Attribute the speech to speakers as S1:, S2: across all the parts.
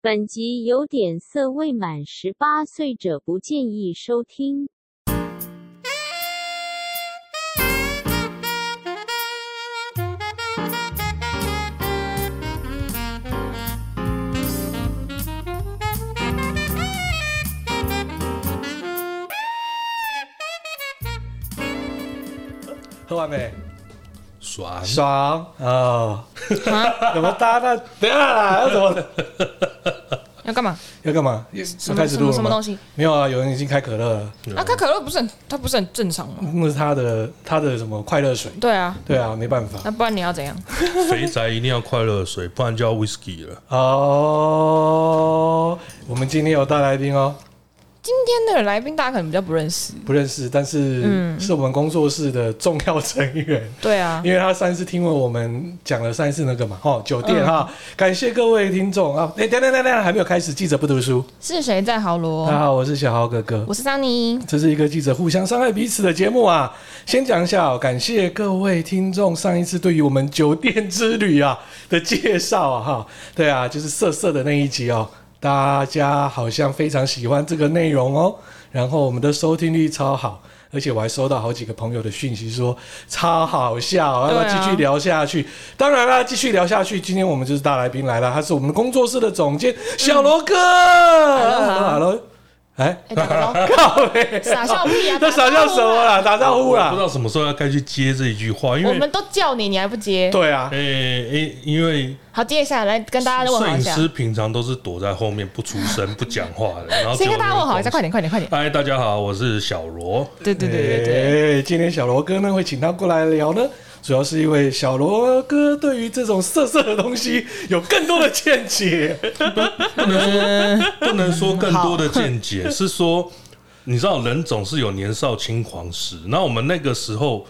S1: 本集有点色，未满十八岁者不建议收听。
S2: 喝完没？
S3: 爽，
S2: 爽啊！
S4: 啊
S2: 怎么搭那？等一下啦，要怎么
S4: 要干嘛？
S2: 要干嘛？
S4: 什
S2: 要
S4: 么
S2: 开始
S4: 什
S2: 录
S4: 么
S2: 了
S4: 什么东
S2: 吗？
S4: 西？
S2: 没有啊，有人已经开可乐了，
S4: 啊，开可乐不是很，它不是很正常吗？
S2: 那是他的他的什么快乐水？
S4: 对啊，
S2: 对啊，没办法
S4: 那不然你要怎样？
S3: 肥宅一定要快乐水， 不然就要 whisky 了。
S4: 啊
S2: 哦。我们今天有大来宾哦，
S4: 今天的来宾大家可能比较不认识，
S2: 不认识，但
S4: 嗯
S2: 是是我们工作室的重要成员。
S4: 对啊，
S2: 因为他上一次听了我们讲了上一次那个嘛，哦，酒
S4: 嗯
S2: 店哈、感谢各位听众啊！哎、等等等等，还没有开始，记者不读书。
S4: 是谁在豪
S2: 大家
S4: 罗？
S2: 好，我是小豪哥哥，
S4: 我是桑尼，
S2: 这是一个记者互相伤害彼此的节目啊。先讲一下、哦，感谢各位听众上一次对于我们酒店之旅啊 的介绍啊，哈，对啊，就是色色的那一集哦，大家好像非常喜欢这个内容哦，然后我们的收听率超好。而且我还收到好几个朋友的讯息说超好笑，要不要
S4: 对啊
S2: 继续聊下去？当然啦，继续聊下去。今天我们就是大来宾来了，他是我们工作室的总监小罗哥。
S4: Hello
S2: Hello，哎，
S4: 哎，打个招
S2: 靠嘞！
S4: 呼傻笑屁啊！
S2: 那傻笑什么啦？打招呼
S3: 哦我不知
S2: 啦！
S3: 道什么时候要该去接这一句话，因
S4: 我
S3: 为
S4: 们都叫你，你还不接？
S2: 对啊
S3: 诶，诶，因为
S4: 好，接下来来跟大家问
S3: 摄
S4: 好
S3: 影
S4: 一下，
S3: 师平常都是躲在后面不出声、不讲话 的，然后
S4: 先跟大家问好一下，
S3: 只有
S4: 快点，快点，快点
S3: 那！个公司。嗨，大家好，我是小罗。
S4: 对对对对对，
S2: 哎今天小罗哥呢会请他过来聊呢，主要是因为小罗哥对于这种色色的东西有更多的见解。
S4: 嗯
S3: 不能说更多的见解，是说你知道人总是有年少轻狂时，那我们那个时候。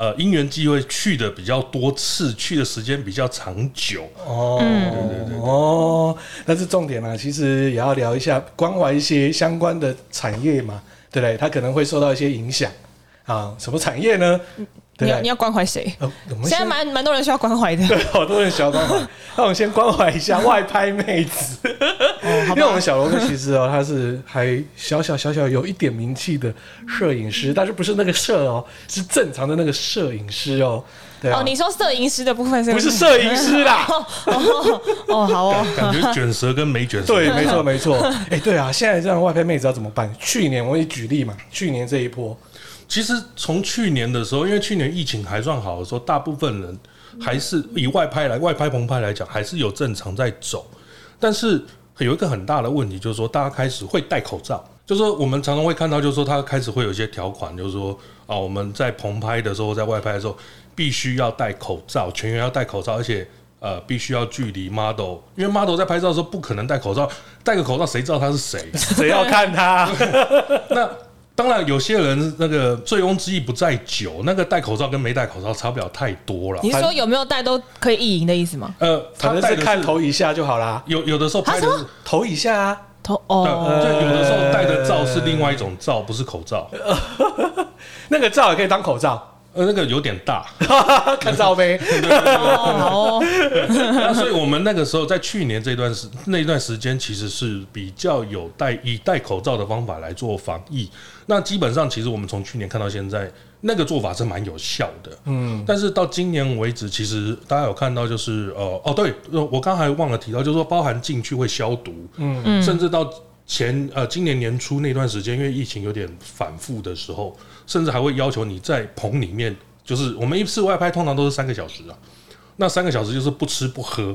S3: 呃，因缘际会去的比较多次，去的时间比较长久，
S2: 哦，对对对，哦，但是重点啊，其实也要聊一下，关怀一些相关的产业嘛，对不对？他可能会受到一些影响啊。什么产业呢？
S4: 你
S2: 对
S4: 要
S2: 不
S4: 你
S2: 对？
S4: 要关怀谁？
S2: 呃，我们
S4: 现在
S2: 先
S4: 蛮蛮多人需要关 怀的，
S2: 对 好多人想要关怀，那我们先关怀一下外拍妹子。
S4: 哦
S2: 因
S4: 好
S2: 为我们
S4: 吧？
S2: 小罗哥其实哦，他是还小小小小有一点名气的摄影
S4: 嗯
S2: 师，但是不是那个摄哦，是正常的那个摄影师哦。对啊，
S4: 哦，你说摄影师的部分是
S2: 不是摄影师啦。
S4: 哦，好 哦，
S3: 感觉卷舌跟没卷舌。
S2: 对，没 错没错。哎、对啊，现在这样外拍妹子要怎么办？去年我也举例嘛，去年这一波，
S3: 其实从去年的时候，因为去年疫情还算好的时候，大部分人还是以外拍来外拍澎湃来讲，还是有正常在走。但是有一个很大的问题，就是说大家开始会戴口罩，就是说我们常常会看到，就是说它开始会有一些条款，就是说啊，我们在棚拍的时候，在外拍的时候，必须要戴口罩，全员要戴口罩，而且。呃，必须要距离 model，因为 model 在拍照的时候不可能戴口罩，戴个口罩谁知道他是谁？
S2: 谁要看 他？
S3: 那当然，有些人那个醉翁之意不在酒，那个戴口罩跟没戴口罩差不了太多了
S4: 你。是说有没有带都可以意淫的意思吗？
S3: 呃，
S2: 反
S3: 他
S2: 正
S3: 戴
S2: 是
S3: 的
S2: 看头一啊下就好啦，
S3: 有有的时候拍的是，
S2: 头一下啊。
S4: 头
S3: 对
S4: 哦，
S3: 就有的时候戴的罩是另外一种罩，不是口罩，
S2: 呃那个罩也可以当口罩，
S3: 呃，那个有点大。
S2: 看罩 杯。
S4: 哦好哦，
S3: 那所以我们那个时候在去年这段时那段时间，其实是比较有戴以戴口罩的方法来做防疫。那基本上，其实我们从去年看到现在，那个做法是蛮有效的。嗯，但是到今年为止，其实大家有看到就是呃哦对，呃我刚才忘了提到，就是说包含进去会消毒，嗯，甚至到。前呃，今年年初那段时间，因为疫情有点反复的时候，甚至还会要求你在棚里面，就是我们一次外拍通常都是三个小时啊，那三个小时就是不吃不喝，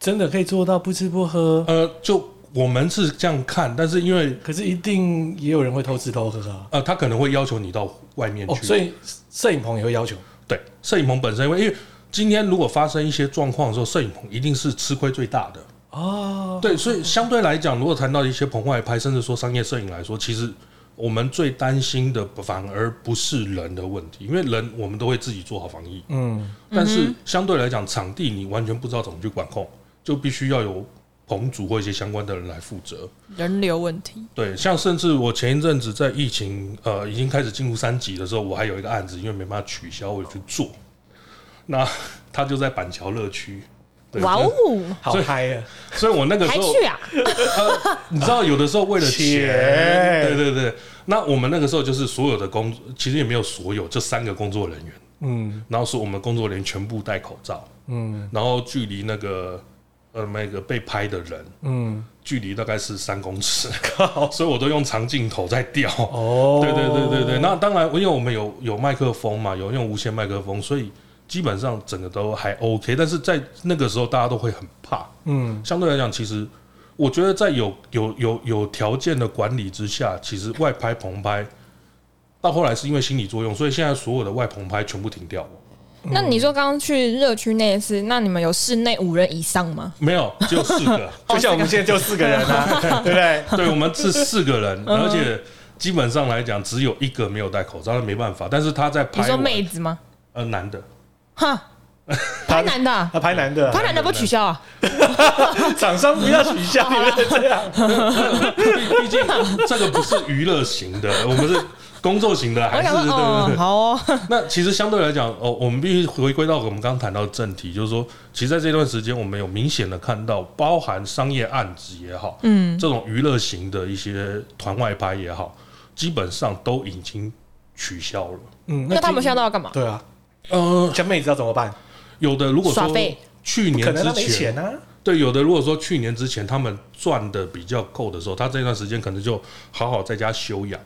S2: 真的可以做到不吃不喝，
S3: 呃，就我们是这样看，但是因为
S2: 可是一定也有人会偷吃偷喝啊。
S3: 呃，他可能会要求你到外面去，
S2: 哦，所以摄影棚也会要求
S3: 对摄影棚本身，因为因为今天如果发生一些状况的时候，摄影棚一定是吃亏最大的。
S2: 哦，
S3: 对，所以相对来讲，如果谈到一些棚外拍，甚至说商业摄影来说，其实我们最担心的反而不是人的问题，因为人我们都会自己做好防疫，
S2: 嗯，
S3: 但是相对来讲，场地你完全不知道怎么去管控，就必须要有棚主或一些相关的人来负责。
S4: 人流问题，
S3: 对，像甚至我前一阵子在疫情呃已经开始进入三级的时候，我还有一个 案子，因为没办法取消，我有去做。那他就在板桥乐区，对
S4: 哇哦，
S2: 好
S3: 所以
S2: 嗨啊！
S3: 所以我那个
S4: 还
S3: 时候，
S4: 去啊？
S3: 呃你知道，有的时候为了
S2: 钱
S3: 钱，对对对。那我们那个时候就是所有的工，其实也没有所有，就三个工作人员，
S2: 嗯
S3: 然后是我们工作人员全部戴口罩，
S2: 嗯
S3: 然后距离那个呃那个被拍的人
S2: 嗯，
S3: 距离大概是三公尺， 所以我都用长镜头在调。
S2: 哦，
S3: 对对对对对，那当然，因为我们有有麦克风嘛，有用无线麦克风，所以基本上整个都还 OK。但是在那个时候，大家都会很怕。
S2: 嗯
S3: 相对来讲，其实我觉得在有有有有条件的管理之下，其实外拍棚拍到后来是因为心理作用，所以现在所有的外棚拍全部停掉了。
S4: 那你说刚刚去热区那一次，那你们有室内五人以上吗？
S3: 没有，只有哦四 个。
S2: 就像我们现在就四个人啊，对不对？
S3: 对，我们是四个人，而且基本上来讲，只有一个没有戴口罩，那没办法。但是他在
S4: 你
S3: 拍
S4: 说
S3: 完，
S4: 妹子吗？
S3: 呃，男的，
S4: 哈，
S2: 他
S4: 拍男的啊，
S2: 啊，拍男的啊，
S4: 拍男的不取消啊？
S2: 厂商不要取消，你们这样。
S3: 毕毕竟这个不是娱乐型的，我们是工作型的，还
S4: 我
S3: 是
S4: 想
S3: 对
S4: 说，
S3: 对
S4: 哦，
S3: 对。
S4: 好哦，
S3: 那其实相对来讲，哦，我们必须回归到我们刚刚谈到的正题，就是说，其实在这段时间，我们有明显的看到，包含商业案子也好，嗯，这种娱乐型的一些团外拍也好，基本上都已经取消了。
S2: 嗯，
S4: 那他们
S2: 这
S4: 现在都要干嘛？
S2: 对啊，
S3: 呃，
S2: 小妹子要怎么办？
S3: 有的如果
S4: 耍
S3: 说
S4: 废
S3: 去
S2: 可
S3: 年
S2: 能他
S3: 之
S2: 没
S3: 前
S2: 钱，啊。
S3: 对，有的如果说去年之前他们赚的比较够的时候，他这段时间可能就好好在家休养，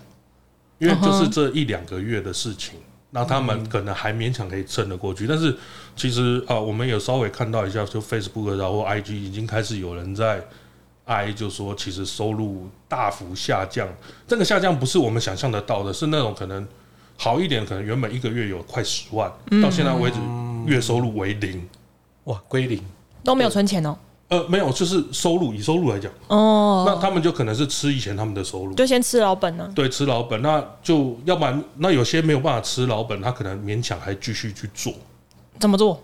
S3: 因为就是这一两个月的事情，那他们可能还勉强可以撑得过去。但是其实啊、呃我们有稍微看到一下，就 Facebook 啊然后 IG 已经开始有人在。哀就说，其实收入大幅下降，这个下降不是我们想象得到的，是那种可能好一点，可能原本一个月有快十万，到现在为止月收入为零，
S2: 哇，归零，
S4: 都没有存钱哦。
S3: 呃，没有，就是收入以收入来讲，那
S4: 哦，
S3: 他们就可能是吃以前他们的收入，
S4: 就先吃老本啊呢。
S3: 对，吃老本。那就要不然，那有些没有办法吃老本，他可能勉强还继续去做，
S4: 怎么做？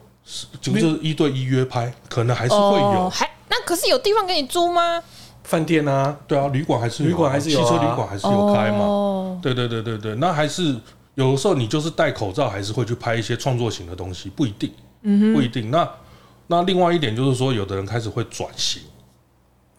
S3: 就是一对一约拍，可能还是会有。
S4: 哦还那可是有地方给你租吗？
S2: 饭店啊，
S3: 对啊，旅馆还是有啊
S2: 旅馆还是有啊
S3: 汽车旅馆还是有开嘛。
S4: 哦，
S3: 对对对对对，那还是有的时候你就是戴口罩，还是会去拍一些创作型的东西，不一定，
S4: 嗯
S3: 不一定。那那另外一点就是说，有的人开始会转型。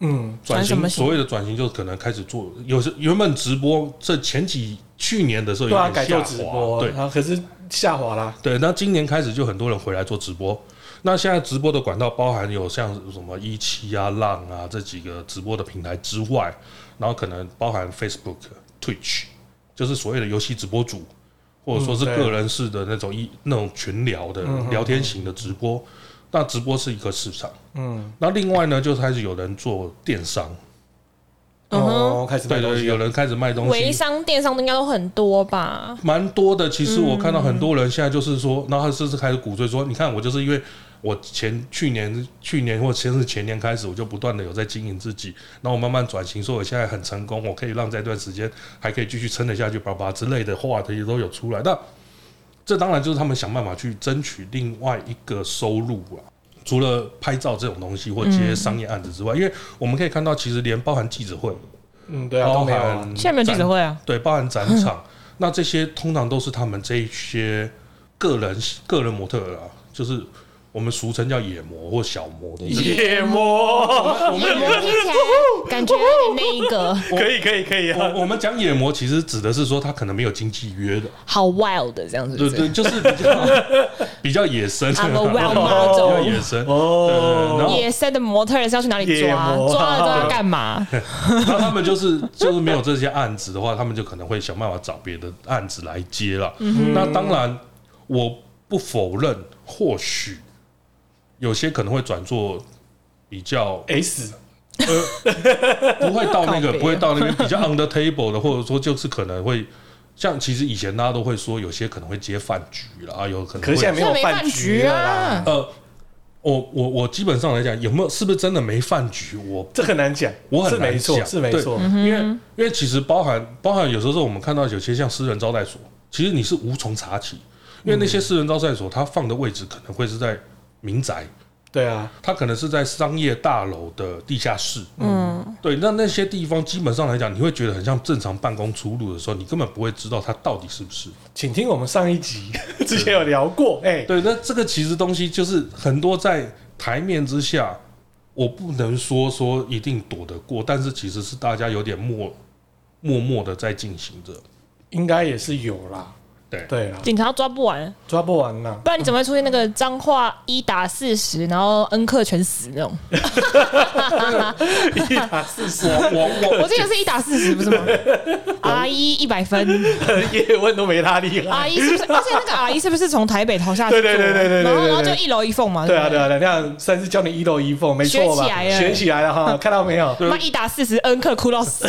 S2: 嗯，
S3: 转
S4: 转什
S3: 型，
S4: 么型
S3: 所谓的转型就是可能开始做，有时原本直播这前几去年的时候
S2: 对啊，
S3: 有
S2: 改
S3: 点
S2: 做
S3: 下
S2: 直
S3: 滑，
S2: 播，
S3: 对
S2: 然后可是下滑啦，
S3: 对。那今年开始就很多人回来做直播，那现在直播的管道包含有像什么一期啊、浪啊这几个直播的平台之外，然后可能包含 Facebook、Twitch，就是所谓的游戏直播主，或者说是
S2: 嗯对
S3: 个人式的那种一那种群聊的聊天型的直播。那直播是一个市场，
S2: 嗯，
S3: 那另外呢，就开始有人做电商，
S4: 嗯哼
S2: 哦，开始卖
S3: 对
S2: 东
S3: 对，
S2: 西
S3: 有
S2: 了，
S3: 人开始卖东
S4: 微
S3: 西，嗯
S4: 商、电商应该都很多吧？
S3: 蛮多的。其实我
S4: 嗯
S3: 看到很多人现在就是说，然后他甚至开始鼓吹说，你看我就是因为我前去年、去年或先是前年开始，我就不断的有在经营自己，然后我慢慢转型，说我现在很成功，我可以让这段时间还可以继续撑得下去，叭叭之类的话题都有出来。那这当然就是他们想办法去争取另外一个收入啊。除了拍照这种东西或
S4: 嗯
S3: 接商业案子之外，因为我们可以看到，其实连包含记者会，
S2: 嗯，对啊，都
S3: 包
S2: 没有
S3: 含
S2: 啊，
S4: 现在没有记
S3: 展
S4: 者会啊？
S3: 对，包含展场，那这些通常都是他们这一些个人个人模特儿啊，就是我们俗称叫野模或小模的。
S2: 夜魔，
S4: 我们听起来感觉有点那个
S2: 可以可以可以啊，
S3: 我我们讲野模，其实指的是说他可能没有经纪约的，
S4: 好 wild 的这样子，
S3: 对对，就是比较 比较野生，
S4: I'm a wild
S3: 比较
S4: model
S3: 野生。
S2: 哦
S3: 对对对然后
S4: 野生的模特儿是要去哪里
S2: 野
S4: 抓？
S2: 模
S4: 抓了之后要 干嘛？
S3: 那他们就是 就是没有这些案子的话，他们就可能会想办法找别的案子来接了。
S4: 嗯
S3: 那当然，我不否认，或许有些可能会转做比较
S2: ，S
S3: 不会到那
S4: 靠
S3: 个
S4: 北啊
S3: 不会到那个比较 on the table 的，或者说就是可能会像其实以前大家都会说，有些可能会接饭局了啊，有可能
S2: 可是现在
S3: 会
S2: 没有
S4: 现在没
S2: 饭局
S4: 饭局
S2: 了
S4: 啊
S2: 啦，
S3: 呃。我我我基本上来讲，有没有是不是真的没饭局？我
S2: 这很难讲，
S3: 我
S2: 是
S3: 很难
S2: 没错，
S3: 讲
S2: 是没
S3: 对
S2: 错，
S3: 因为因为其实包含包含有时候我们看到有些像私人招待所，其实你是无从查起，因为那些私人招待所它放的位置可能会是在民宅，
S2: 对啊，
S3: 它可能是在商业大楼的地下室，嗯，对，那那些地方基本上来讲，你会觉得很像正常办公出入的时候，你根本不会知道它到底是不是。
S2: 请听我 们上一集之前有聊过，哎，
S3: 对，那这个其实东西就是很多在。台面之下，我不能说说一定躲得过，但是其实是大家有点默默默的在进行着。
S2: 应该也是有啦，
S3: 对
S2: 对啦，
S4: 警察抓不完，
S2: 抓不完 啦。
S4: 不然你怎么会出现那个脏话一打四十，然后恩客全死那种？
S2: 一打四十，
S3: 我我
S4: 我记得是一打四十，不是吗？阿姨一百分，
S2: 叶问都没他厉害。
S4: 阿姨是不是？而且那个阿姨是不是从台北逃下去
S2: 对
S4: 做？
S2: 对对对对对
S4: 然后然后
S2: 对
S4: 就
S2: 对
S4: 一楼一凤嘛。
S2: 对啊，
S4: 不
S2: 对啊，对啊，那算是教你一楼一凤，没错吧？
S4: 学起来了
S2: 学起来了 哈，看到没有？
S3: 对
S4: 妈一打四十，恩客哭 到死。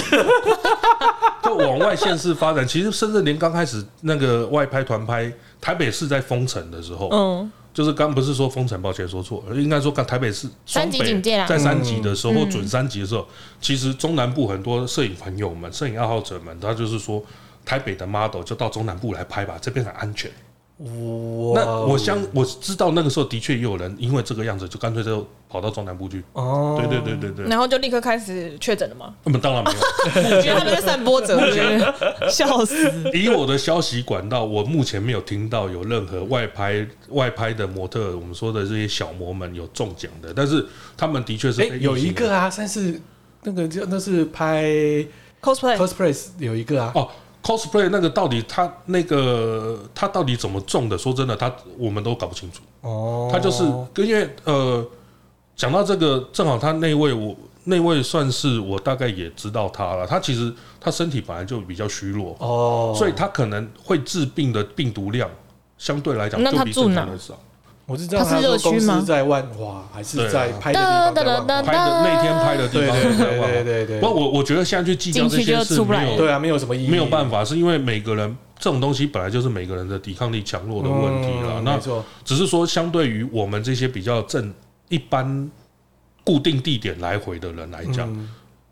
S3: 就往外县市发展，其实甚至连刚开始那个外拍团拍台北市在封城的时候，
S4: 嗯，
S3: 就是刚不是说封城，抱歉说错，了，应该说刚台北市
S4: 三级
S3: 双北
S4: 警戒啦嗯
S3: 在三级的时候，准三级的时候，其实中南部很多摄影朋友们、摄影爱好者们，他就是说。台北的 model 就到中南部来拍吧，这边很安全。
S2: 哇
S3: 那
S2: 哦，
S3: 我相我知道那个时候的确也有人因为这个样子，就干脆就跑到中南部去。
S2: 哦，
S3: 对对对对对，
S4: 然后就立刻开始确诊了嘛。
S3: 那么当然没有。
S4: 我觉得他们在散播者，我觉得笑死。
S3: 以我的消息管道，我目前没有听到有任何外拍外拍的模特，我们说的这些小模们有中奖的，但是他们的确是
S2: 哎、
S3: 被
S2: 有一
S3: 疫
S2: 个
S3: 情
S2: 啊，但是那个就那是拍
S4: cosplay
S2: cosplay 有一个啊，
S3: 哦 cosplay 那个到底他那个他到底怎么中的？说真的，他我们都搞不清楚。
S2: 哦，
S3: 他就是因为呃，讲到这个，正好他那位我那位算是我大概也知道他了。他其实他身体本来就比较虚弱，
S2: 哦，
S3: 所以他可能会致病的病毒量相对来讲
S4: 那
S3: 就
S4: 他
S3: 比
S4: 住
S3: 正常
S4: 哪
S3: 的少。
S2: 我是知道
S4: 他是
S2: 说
S4: 热区
S2: 公司
S4: 吗
S2: 在万华还是
S3: 对
S2: 在
S3: 啊
S2: 拍的地方在万华
S3: 拍的那天拍的地
S2: 对
S3: 方
S2: 对
S3: 在
S2: 对
S3: 万华
S2: 对对对，
S3: 不，我我觉得现在去计较这些
S4: 进去
S3: 是
S4: 就出不
S3: 没
S4: 来
S3: 有
S2: 对啊，没有什么意义，
S3: 没有办
S2: 法
S3: 法，是因为每个人这种东西本来就是每个人的抵抗力强弱的问题了。那
S2: 嗯没错，
S3: 只是说，相对于我们这些比较正一般固定地点来回的人来讲，
S2: 嗯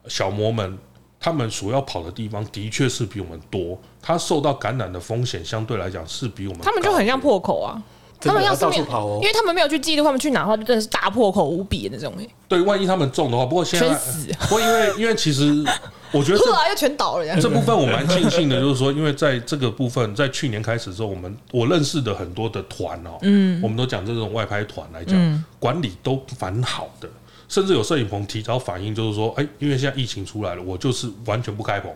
S3: 小魔们他们所要跑的地方的确是比我们多，他受到感染的风险相对来讲是比我们
S4: 他们就很像
S3: 高
S4: 破口啊，
S2: 真的
S4: 他们要是
S2: 到
S4: 没
S2: 处
S4: 有
S2: 跑哦
S4: 因，为他们没有去记录他们去哪的话，就真的是大破口无比的那种、欸，
S3: 对，万一他们中的话，不过现在
S4: 全死，
S3: 不过因为因为其实我觉得这
S4: 突啊然又全倒了这样。
S3: 这部分我蛮庆幸的，就是说，因为在这个部分，在去年开始之后，我们我认识的很多的团哦，嗯，我们都讲这种外拍团来讲，管理都蛮好的，甚至有摄影棚提早反映，就是说，哎，因为现在疫情出来了，我就是完全不开棚，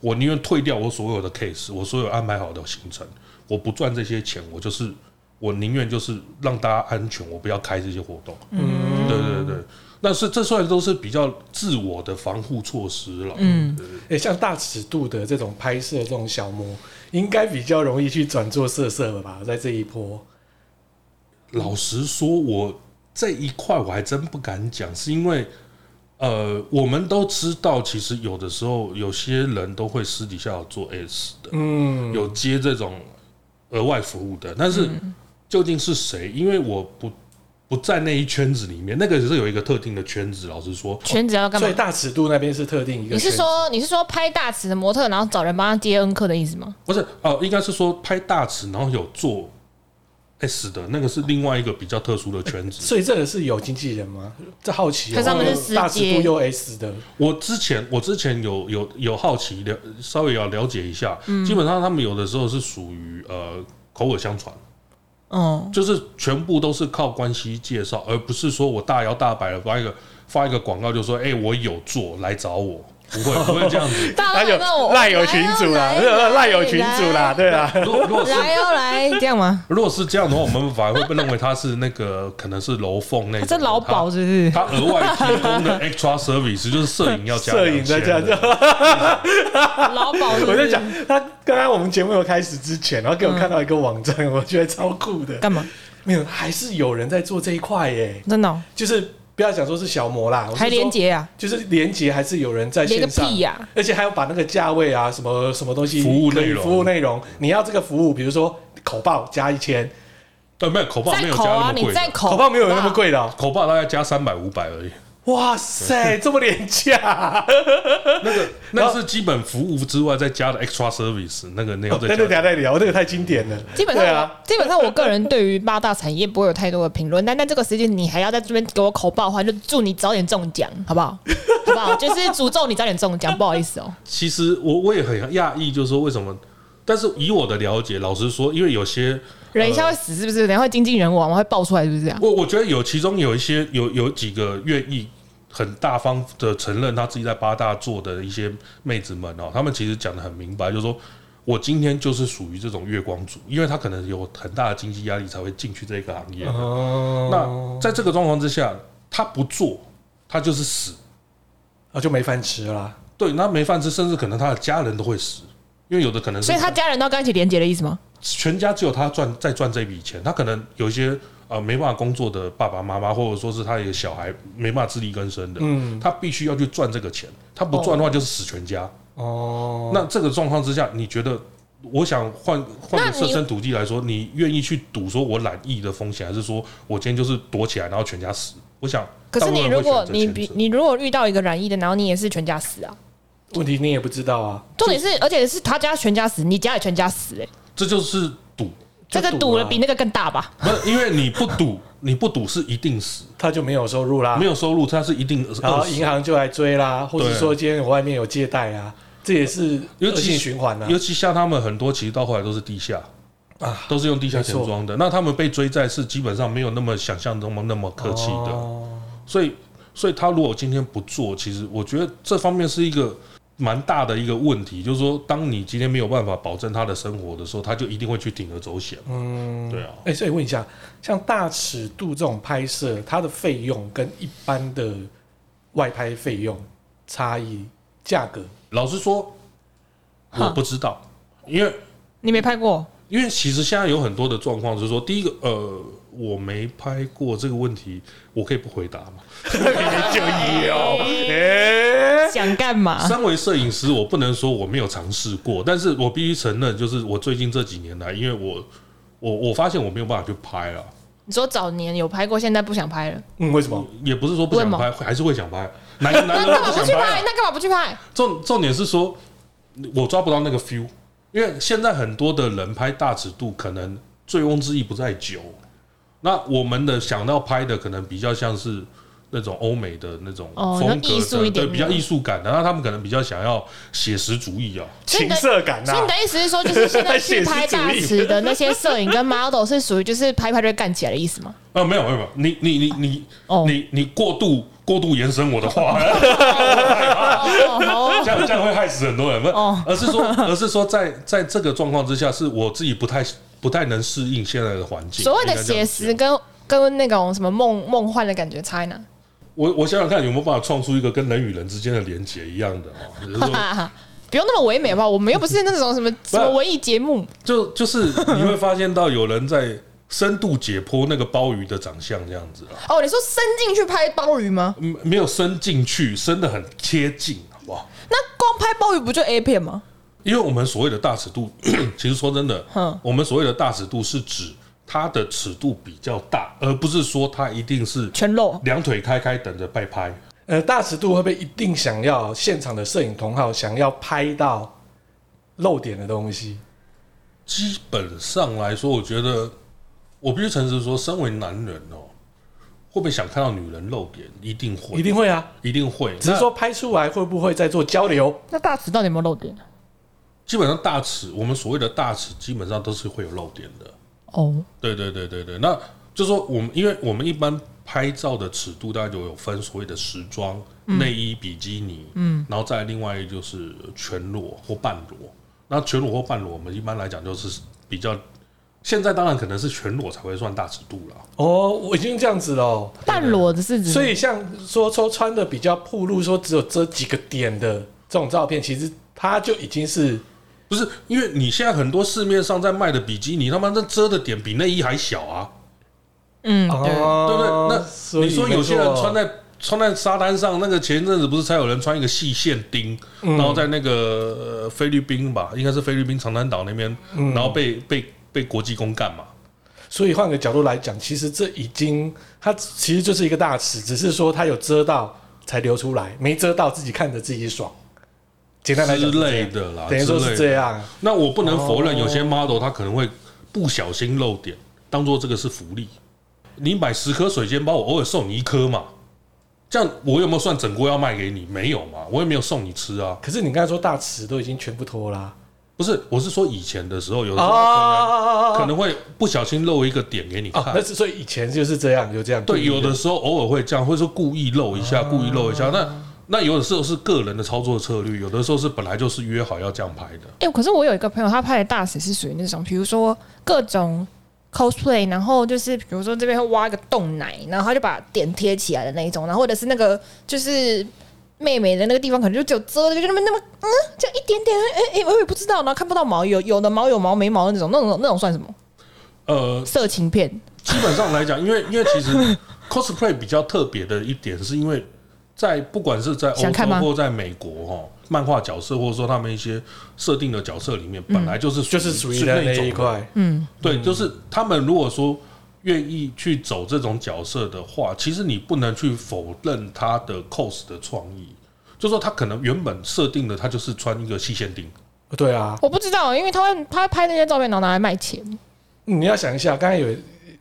S3: 我宁愿退掉我所有的 case，我所有安排好的行程，我不赚这些钱，我就是我宁愿就是让大家安全，我不要开这些活动，嗯，对对对。那是这算都是比较自我的防护措施了，嗯，
S2: 哎、像大尺度的这种拍摄，这种小模，应该比较容易去转做色色了吧？在这一波，
S3: 老实说，我这一块我还真不敢讲，是因为呃，我们都知道，其实有的时候有些人都会私底下有做 S 的，
S2: 嗯，
S3: 有接这种额外服务的，但是究竟是谁？因为我不不在那一圈子里面，那个只是有一个特定的圈子。老实说，
S4: 全职要干嘛
S2: 所以？大尺度那边是特定一个
S4: 你是
S2: 圈子，
S4: 说你是说拍大尺的模特，然后找人帮他接恩客的意思吗？
S3: 不是哦、应该是说拍大尺，然后有做 S 的那个是另外一个比较特殊的圈子。
S2: 所以这个是有经纪人吗？这好奇、哦，
S4: 可是他们是私接
S2: 大尺度又 S 的，
S3: 我之前我之前有有有好奇了，稍微要了解一下。
S4: 嗯
S3: 基本上他们有的时候是属于呃口耳相传，
S4: 哦，
S3: 就是全部都是靠关系介绍，而不是说我大摇大摆的发一个发一个广告就说，哎、我有做来找我，不会不会这样 子。
S4: 大
S2: 还有
S4: 家啊那我
S2: 赖有群主啦，
S4: 哦
S2: 呃 赖有群主啦，，对啊啦，
S3: 如果如果是
S4: 来哦来，这样吗？
S3: 如果是这样的话，我们反而会被认为他是那个可能是楼凤那种的，
S4: 这劳保是 不是？
S3: 他他额外提供 的 extra service 就是摄影要加
S2: 摄影在
S3: 2000
S2: 这
S3: 的
S2: 样。
S4: 劳保是 不
S2: 我
S4: 是
S2: 在讲，他刚刚我们节目有开始之前，然后给我看到一个网站，我觉得超酷的。
S4: 干嘛？
S2: 没有，还是有人在做这一块耶，
S4: 真的哦
S2: 就是不要讲说是小模啦，我是
S4: 还连
S2: 说，
S4: 结啊？
S2: 就是连接还是有人在
S4: 连个
S2: 线上
S4: 屁。啊呀！
S2: 而且还要把那个价位啊，什么什么东西
S3: 服务内容
S2: 可以服务内容，你要这个服务，比如说口爆加一千，
S3: 对，呃没有口爆没
S4: 在
S3: 有加
S4: 口啊，
S3: 那么
S4: 你
S3: 贵的，
S4: 在口，
S2: 口爆没有那么。贵的哦、
S3: 口爆大概加三百五百而已。
S2: 哇塞，这么廉 价，
S3: 那个 那是基本服务之外再加的 extra service，那个那个
S2: 等
S3: 再
S2: 等等
S3: 加。
S2: 下再聊，这个太经典了。
S4: 基本上
S2: 对
S4: 我、
S2: 啊，
S4: 基本上我个人对于八大产业不会有太多的评论， 但在这个时间你还要在这边给我口爆的话，就祝你早点中奖，好不好？ 好不好？就是诅咒你早点中奖，不好意思哦、
S3: 其实我我也很讶异，就是说为什么？但是以我的了解，老实说，因为有些
S4: 忍一下会死是不是？然后经济人亡会爆出来是不是这样？
S3: 我我觉得有其中有一些有有几个愿意很大方的承认他自己在八大做的一些妹子们哦，他们其实讲的很明白，就是说我今天就是属于这种月光族，因为他可能有很大的经济压力才会进去这个行业。
S2: 哦，
S3: 那在这个状况之下，他不做，他就是死，
S2: 哦那就没饭吃啦。
S3: 对，那没饭吃，甚至可能他的家人都会死，因为有的可能是
S4: 所以他家人都要跟他一起连结的意思吗？
S3: 全家只有他赚在赚这笔钱，他可能有一些呃没办法工作的爸爸妈妈，或者说是他有一个小孩没办法自力更生的，
S2: 嗯，
S3: 他必须要去赚这个钱，他不赚的话就是死全家。
S2: 哦，
S3: 那这个状况之下，你觉得？我想换换
S4: 那
S3: 个
S4: 你
S3: 设身处地来说，你愿意去赌说我懒意的风险，还是说我今天就是躲起来，然后全家死？我想
S4: 可
S3: 大
S4: 是
S3: 部
S4: 你
S3: 分人
S4: 如
S3: 会选择
S4: 果
S3: 前者，
S4: 你比你如果遇到一个染疫的，然后你也是全家死啊，
S2: 问题你也不知道啊。
S4: 重点是而且是他家全家死，你家也全家死、欸，
S3: 这就是赌，
S4: 这个
S2: 就赌
S4: 赌了
S2: 啊
S4: 比那个更大吧？
S3: 不是因为你不赌，你不赌是一定死，
S2: 他就没有收入啦，
S3: 没有收入，它是一定是
S2: 然后
S3: 饿
S2: 银
S3: 死。
S2: 行就来追啦，或者
S3: 对
S2: 说今天我外面有借贷啊，这也是
S3: 尤
S2: 恶
S3: 其
S2: 性循环啊
S3: 尤。其像他们很多，其实到后来都是地下，
S2: 啊，
S3: 都是用地下钱
S2: 没错
S3: 庄的。那他们被追债是基本上没有那么想象中那么客气的。
S2: 哦
S3: 所以，所以他如果今天不做，其实我觉得这方面是一个蛮大的一个问题，就是说，当你今天没有办法保证他的生活的时候，他就一定会去铤而走险。嗯，对啊，
S2: 哎、所以问一下，像大尺度这种拍摄，它的费用跟一般的外拍费用差异价格，
S3: 老实说，我
S4: 哼
S3: 不知道，因为
S4: 你没拍过，
S3: 因为其实现在有很多的状况，就是说，第一个，呃，我没拍过这个问题，我可以不回答嘛。
S2: 就
S4: 哦
S2: 有
S4: 想 干嘛？
S3: 身为摄影师，我不能说我没有尝试过，但是我必须承认，就是我最近这几年来，因为我我我发现我没有办法去拍了。
S4: 你说早年有拍过，现在不想拍了，
S2: 嗯，为什么？
S3: 也不是说不想拍，还是会想拍。男男
S4: 那
S3: 人
S4: 干
S3: 都
S4: 嘛
S3: 不
S4: 不
S3: 想
S4: 去
S3: 拍
S4: 拍？
S3: 啊。
S4: 那干嘛不去拍？
S3: 重重点是说，我抓不到那个 feel，因为现在很多的人拍大尺度，可能醉翁之意不在酒。那我们的想要拍的，可能比较像是那种欧美的那种
S4: 哦
S3: 风
S4: 那
S3: 格
S4: 艺
S3: 的，
S4: 术一点
S3: 对，
S4: 的
S3: 比较艺术感的。那他们可能比较想要写实主义啊。
S4: 所以
S2: 情
S4: 你的
S2: 色 感
S4: 所以
S2: 啊
S4: 你的，意思是说，就是现在去
S2: 写实
S4: 拍
S2: 主
S4: 大
S2: 义
S4: 池的那些摄影跟 model 是属于就是拍一拍就会干起来的意思吗？
S3: 啊，没有没有没有，你你你你
S4: 哦
S3: 你你过度过度延伸我的 话，
S4: 哦，
S3: 这样这样会害死很多人，不是
S4: 哦
S3: 而是说，而是说在，在这个状况之下，是我自己不太不太能适应现在的环境。
S4: 所谓的
S3: 应该这样
S4: 写
S3: 讲
S4: 实，跟跟那种什么梦梦幻的感觉差在哪？
S3: 我我想想看有没有办法创出一个跟人与人之间的连结一样的哦，就是说
S4: 不用那么唯美吧，我们又不是那种什么什么文艺节目，
S3: 就就是你会发现到有人在深度解剖那个鲍鱼的长相这样子啊，
S4: 哦，你说伸进去拍鲍鱼吗？
S3: 嗯没有深进去，深的很贴近，好不好？
S4: 那光拍鲍鱼不就 A 片吗？
S3: 因为我们所谓的大尺度， 其实说真的
S4: 嗯，
S3: 我们所谓的大尺度是指它的尺度比较大，而不是说它一定是
S4: 全露，
S3: 两腿开开等着被拍。
S2: 呃，大尺度会不会一定想要现场的摄影同好想要拍到露点的东西？
S3: 基本上来说，我觉得我必须诚实说，身为男人哦、会不会想看到女人露点？一定会，
S2: 一定会啊，
S3: 一定会。
S2: 只是说拍出来会不会再做交流？
S4: 那大池到底有没有露点？
S3: 那基本上大尺，我们所谓的大尺，基本上都是会有露点的。
S4: 哦，
S3: 对对对对对，那就说我们，因为我们一般拍照的尺度大概就有分所谓的时装、
S2: 嗯
S3: 内衣、比基尼，嗯，然后再另外一个就是全裸或半裸。那全裸或半裸，我们一般来讲就是比较，现在当然可能是全裸才会算大尺度啦。
S2: 哦，我已经这样子了哦。
S4: 半裸的是指
S2: 所以像说说穿的比较暴露，说只有遮几个点的这种照片，其实它就已经是
S3: 不是，因为你现在很多市面上在卖的比基尼，他妈那遮的点比内衣还小啊，
S4: 嗯，对，
S3: 对不对？
S2: 哦所
S3: 那
S2: 以
S3: 你说有些人穿
S2: 在
S3: 在穿在沙滩上，那个前一阵子不是才有人穿一个细线钉，
S2: 嗯
S3: 然后在那个呃菲律宾吧，应该是菲律宾长滩岛那边，
S2: 嗯
S3: 然后被被被国际公干嘛？
S2: 所以换个角度来讲，其实这已经它其实就是一个大尺，只是说它有遮到才流出来，没遮到自己看着自己爽。简单来
S3: 之
S2: 讲是这样
S3: 类，的啦，
S2: 等于说是
S3: 之类的
S2: 这样。
S3: 那我不能否认，有
S2: 哦
S3: 些 model 他可能会不小心漏点，当做这个是福利。你买十颗水煎包，我偶尔送你一颗嘛，这样我有没有算整锅要卖给你？没有嘛，我也没有送你吃啊。
S2: 可是你刚才说大尺都已经全部脱啦、
S3: 不是，我是说以前的时候，有的时
S2: 哦
S3: 候可能可
S2: 啊，
S3: 能会不小心漏一个点给你看
S2: 啊，。那是所以以前就是这样，有这样
S3: 对，
S2: 故意啊
S3: 有的时候偶尔会这样，或者说故意漏一下，故意漏一下。那那有的时候是个人的操作策略，有的时候是本来就是约好要这样拍的。
S4: 哎、可是我有一个朋友，他拍的大使是属于那种，比如说各种 cosplay，然后就是比如说这边会挖一个洞奶，然后他就把点贴起来的那一种，然后或者是那个就是妹妹的那个地方，可能就只有遮的，就那么那么嗯，这样一点点，哎、哎、我也不知道，然后看不到毛，有有的毛有毛没毛的那种，那种那种算什么？
S3: 呃，
S4: 色情片？
S3: 基本上来讲，因为因为其 实 cosplay 比较特别的一点，是因为在不管是在欧
S4: 想
S3: 洲
S4: 看吗
S3: 或在美国哦，漫画角色或者说他们一些设定的角色里
S4: 嗯
S3: 面，本来就是
S2: 就是属于的
S3: 那
S2: 那
S3: 种
S2: 一
S3: 的
S2: 块，
S3: 对，就是他们如果说愿意去走这种角色的话，其实你不能去否认他的 cos 的创意。就说他可能原本设定的，他就是穿一个细线钉，
S2: 对啊，
S4: 我不知道，因为他会他会拍那些照片，然后拿来卖钱。
S2: 你要想一下，刚才有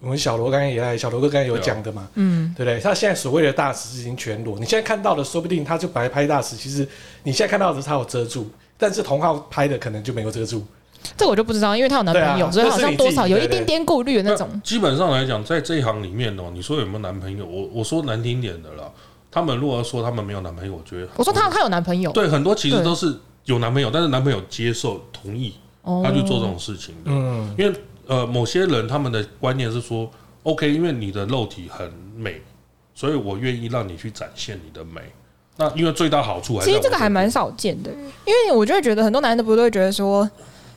S2: 我们小罗刚才也来，小罗哥刚才有讲的嘛，嗯，对不对？他现在所谓的大使已经全裸，你现在看到的，说不定他就白拍大使，其实你现在看到的是他有遮住，但是同号拍的可能就没有遮住。
S4: 这我就不知道，因为他有男朋
S2: 对
S4: 友，
S2: 啊
S4: 所以好
S2: 这是
S4: 像
S2: 你自
S4: 多
S2: 己
S4: 少有一
S2: 对对嗯
S4: 点点顾虑的那种。
S3: 基本上来讲，在这一行里面哦、你说有没有男朋友？我我说难听点的啦，他们如果说他们没有男朋友，我觉得
S4: 我说他他有男朋友，
S3: 对很多其实
S4: 对
S3: 都是有男朋友，但是男朋友接受同意，
S4: 哦
S3: 他去做这种事情的。
S2: 嗯，
S3: 因为呃，某些人他们的观念是说，OK，因为你的肉体很美，所以我愿意让你去展现你的美。那因为最大好处还是
S4: 其实
S3: 在
S4: 这个
S3: 我
S4: 还蛮少见的，因为我就会觉得很多男的不都会觉得说，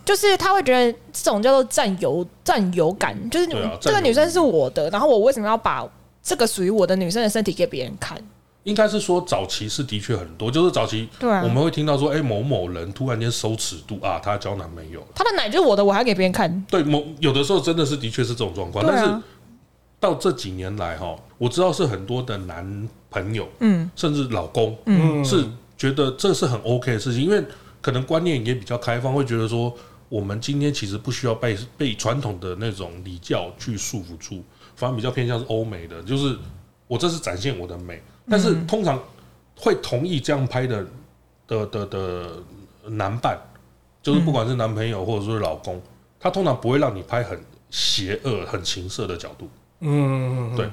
S4: 就是他会觉得这种叫做占有占有感，就是
S3: 对啊
S4: 这
S3: 占有欲
S4: 个女生是我的，然后我为什么要把这个属于我的女生的身体给别人看？
S3: 应该是说早期是的确很多，就是早期
S4: 对啊
S3: 我们会听到说，哎、某某人突然间收尺度啊，她交男朋友了。
S4: 她的奶就是我的，我还要给别人看，
S3: 对，某有的时候真的是的确是这种状况，
S4: 对啊
S3: 但是到这几年来哈，我知道是很多的男朋友，
S4: 嗯，
S3: 甚至老公，
S2: 嗯
S3: 是觉得这是很 OK 的事情，因为可能观念也比较开放，会觉得说我们今天其实不需要被被传统的那种礼教去束缚住，反而比较偏向是欧美的，就是我这是展现我的美，
S4: 嗯
S3: 但是通常会同意这样拍的的的的男伴，就是不管是男朋友或者说是老公，他通常不会让你拍很邪恶、很情色的角度，
S2: 嗯，
S3: 对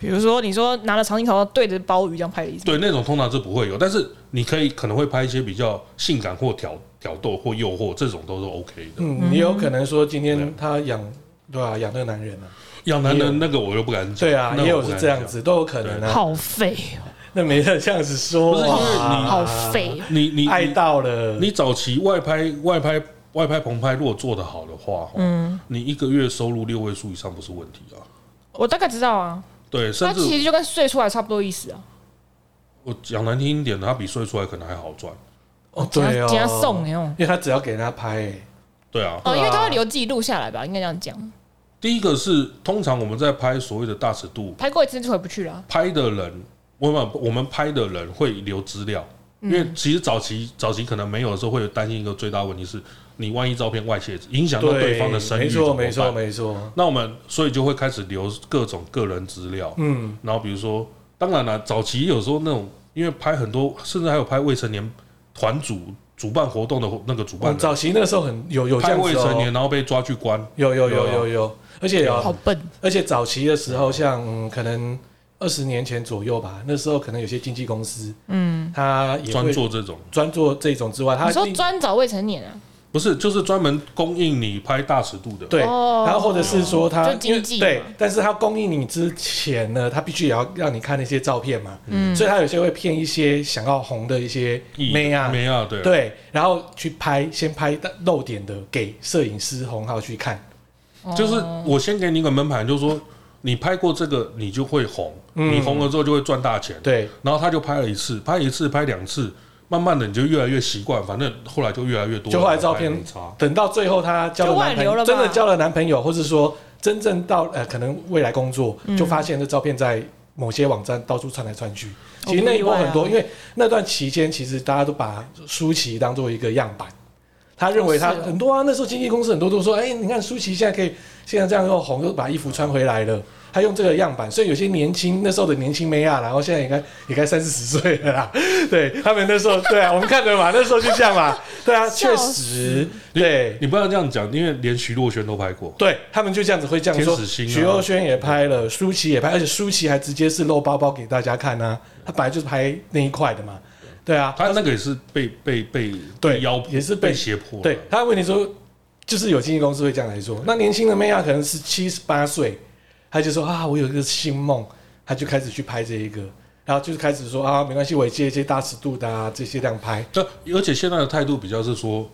S4: 比如说你说拿着长镜头对着鲍鱼这样拍的意思，
S3: 对那种通常是不会有，但是你可以可能会拍一些比较性感或挑挑逗或诱惑这种都是 OK 的。
S2: 嗯，你有可能说今
S3: 对
S2: 天
S3: 啊
S2: 他养，对吧、养这个男人啊，
S3: 养男
S2: 也有
S3: 人那个我又不敢讲，
S2: 对啊，
S3: 那
S2: 也
S3: 我
S2: 有
S3: 不
S2: 是
S3: 敢
S2: 这样
S3: 讲。
S2: 子，都有可能啊。
S4: 好废哦，
S2: 那没人这样子说，
S3: 不是因为你啊
S4: 好
S2: 哇
S4: 废，
S3: 你你
S2: 爱
S3: 你
S2: 到了，
S3: 你早期外拍外拍外拍棚拍，如果做得好的话，嗯，你一个月收入六位数以上不是问题啊。
S4: 我大概知道啊，
S3: 对，
S4: 他
S3: 甚
S4: 其
S3: 至
S4: 实就跟睡出来差不多意思啊，
S3: 我讲难听一点的，他比睡出来可能还好赚。
S2: 哦，对哦，
S4: 加送那种
S2: 因，为他只要给人家拍、欸
S3: 对啊，
S4: 哦，因为
S2: 对啊
S4: 他会留记录下来吧，应该这样讲，
S3: 第一个是通常我们在拍所谓的大尺度
S4: 拍过一次就回不去了，啊
S3: 拍的人，我们我们拍的人会留资料，
S2: 嗯
S3: 因为其实早期早期可能没有的时候会有担心一个最大问题是，你万一照片外泄，影响到对方的声誉，
S2: 没
S3: 怎么
S2: 错，
S3: 办
S2: 没错，。没错。
S3: 那我们所以就会开始留各种个人资料，
S2: 嗯，
S3: 然后比如说，当然了，早期有时候那种因为拍很多，甚至还有拍未成年团组主办活动的那个主
S2: 我
S3: 办人，
S2: 哦早期那时候很有有这
S3: 拍
S2: 样
S3: 未
S2: 子
S3: 成
S2: 哦、
S3: 年然后被抓去关，
S2: 有有有有有，而且
S4: 好
S2: 有，
S3: 嗯
S4: 笨。
S2: 而且早期的时候，像、嗯可能二十年前左右吧，那时候可能有些经纪公司，嗯，他也
S3: 专
S2: 会
S3: 做这种。
S2: 专做这种之外，他
S4: 你说
S2: 另
S4: 专找未成年啊？
S3: 不是，就是专门供应你拍大尺度的。
S2: 对，
S4: 哦
S2: 然后或者是说他
S4: 就经
S2: 因为
S4: 纪嘛
S2: 对，但是他供应你之前呢，他必须也要让你看那些照片嘛，嗯，所以他有些会骗一些想要红的一些
S3: 艺
S2: 妹啊，
S3: 没啊，对，
S2: 对，然后去拍，先拍露点的给摄影师洪浩去看，哦
S3: 就是我先给你一个门牌，就是说你拍过这个，你就会红，
S2: 嗯
S3: 你红了之后就会赚大钱。，
S2: 对，
S3: 然后他就拍了一次，拍一次，拍两次，慢慢的你就越来越习惯，反正后来就越来越多人拍。
S2: 就后来照片
S3: 没差
S2: 等到最后她交了男朋
S4: 就外流了
S2: 友，
S4: 吧
S2: 真的交了男朋友，或是说真正到呃可能未来工作，就发现这照片在某些网站到处传来传去。其实那一波很多，
S4: 我不意外啊
S2: 因为那段期间其实大家都把舒淇当做一个样板。他认为他
S4: 哦是哦
S2: 很多啊，那时候经纪公司很多都说，哎、你看舒淇现在可以现在这样又红，又把衣服穿回来了，他用这个样板，所以有些年轻那时候的年轻妹啊，然后现在也该也该三四十岁了啦，对他们那时候，对啊，我们看的嘛，那时候就这样嘛，对啊，确
S4: 笑
S2: 实，对
S3: 你不要这样讲，因为连徐若瑄都拍过。
S2: 对，他们就这样子会这样说，
S3: 天使星啊
S2: 徐若瑄也拍了，舒淇也拍，而且舒淇还直接是露包包给大家看啊，她本来就是拍那一块的嘛，对啊，
S3: 他那个也是被被被
S2: 对
S3: 被妖
S2: 也是被
S3: 被胁迫的，
S2: 对，他问题说，就是有经纪公司会这样来做。那年轻的妹啊，可能是七十八岁，他就说啊，我有一个新梦，他就开始去拍这一个，然后就是开始说啊，没关系，我也接一些大尺度的啊，这些这样拍。
S3: 那而且现在的态度比较是说，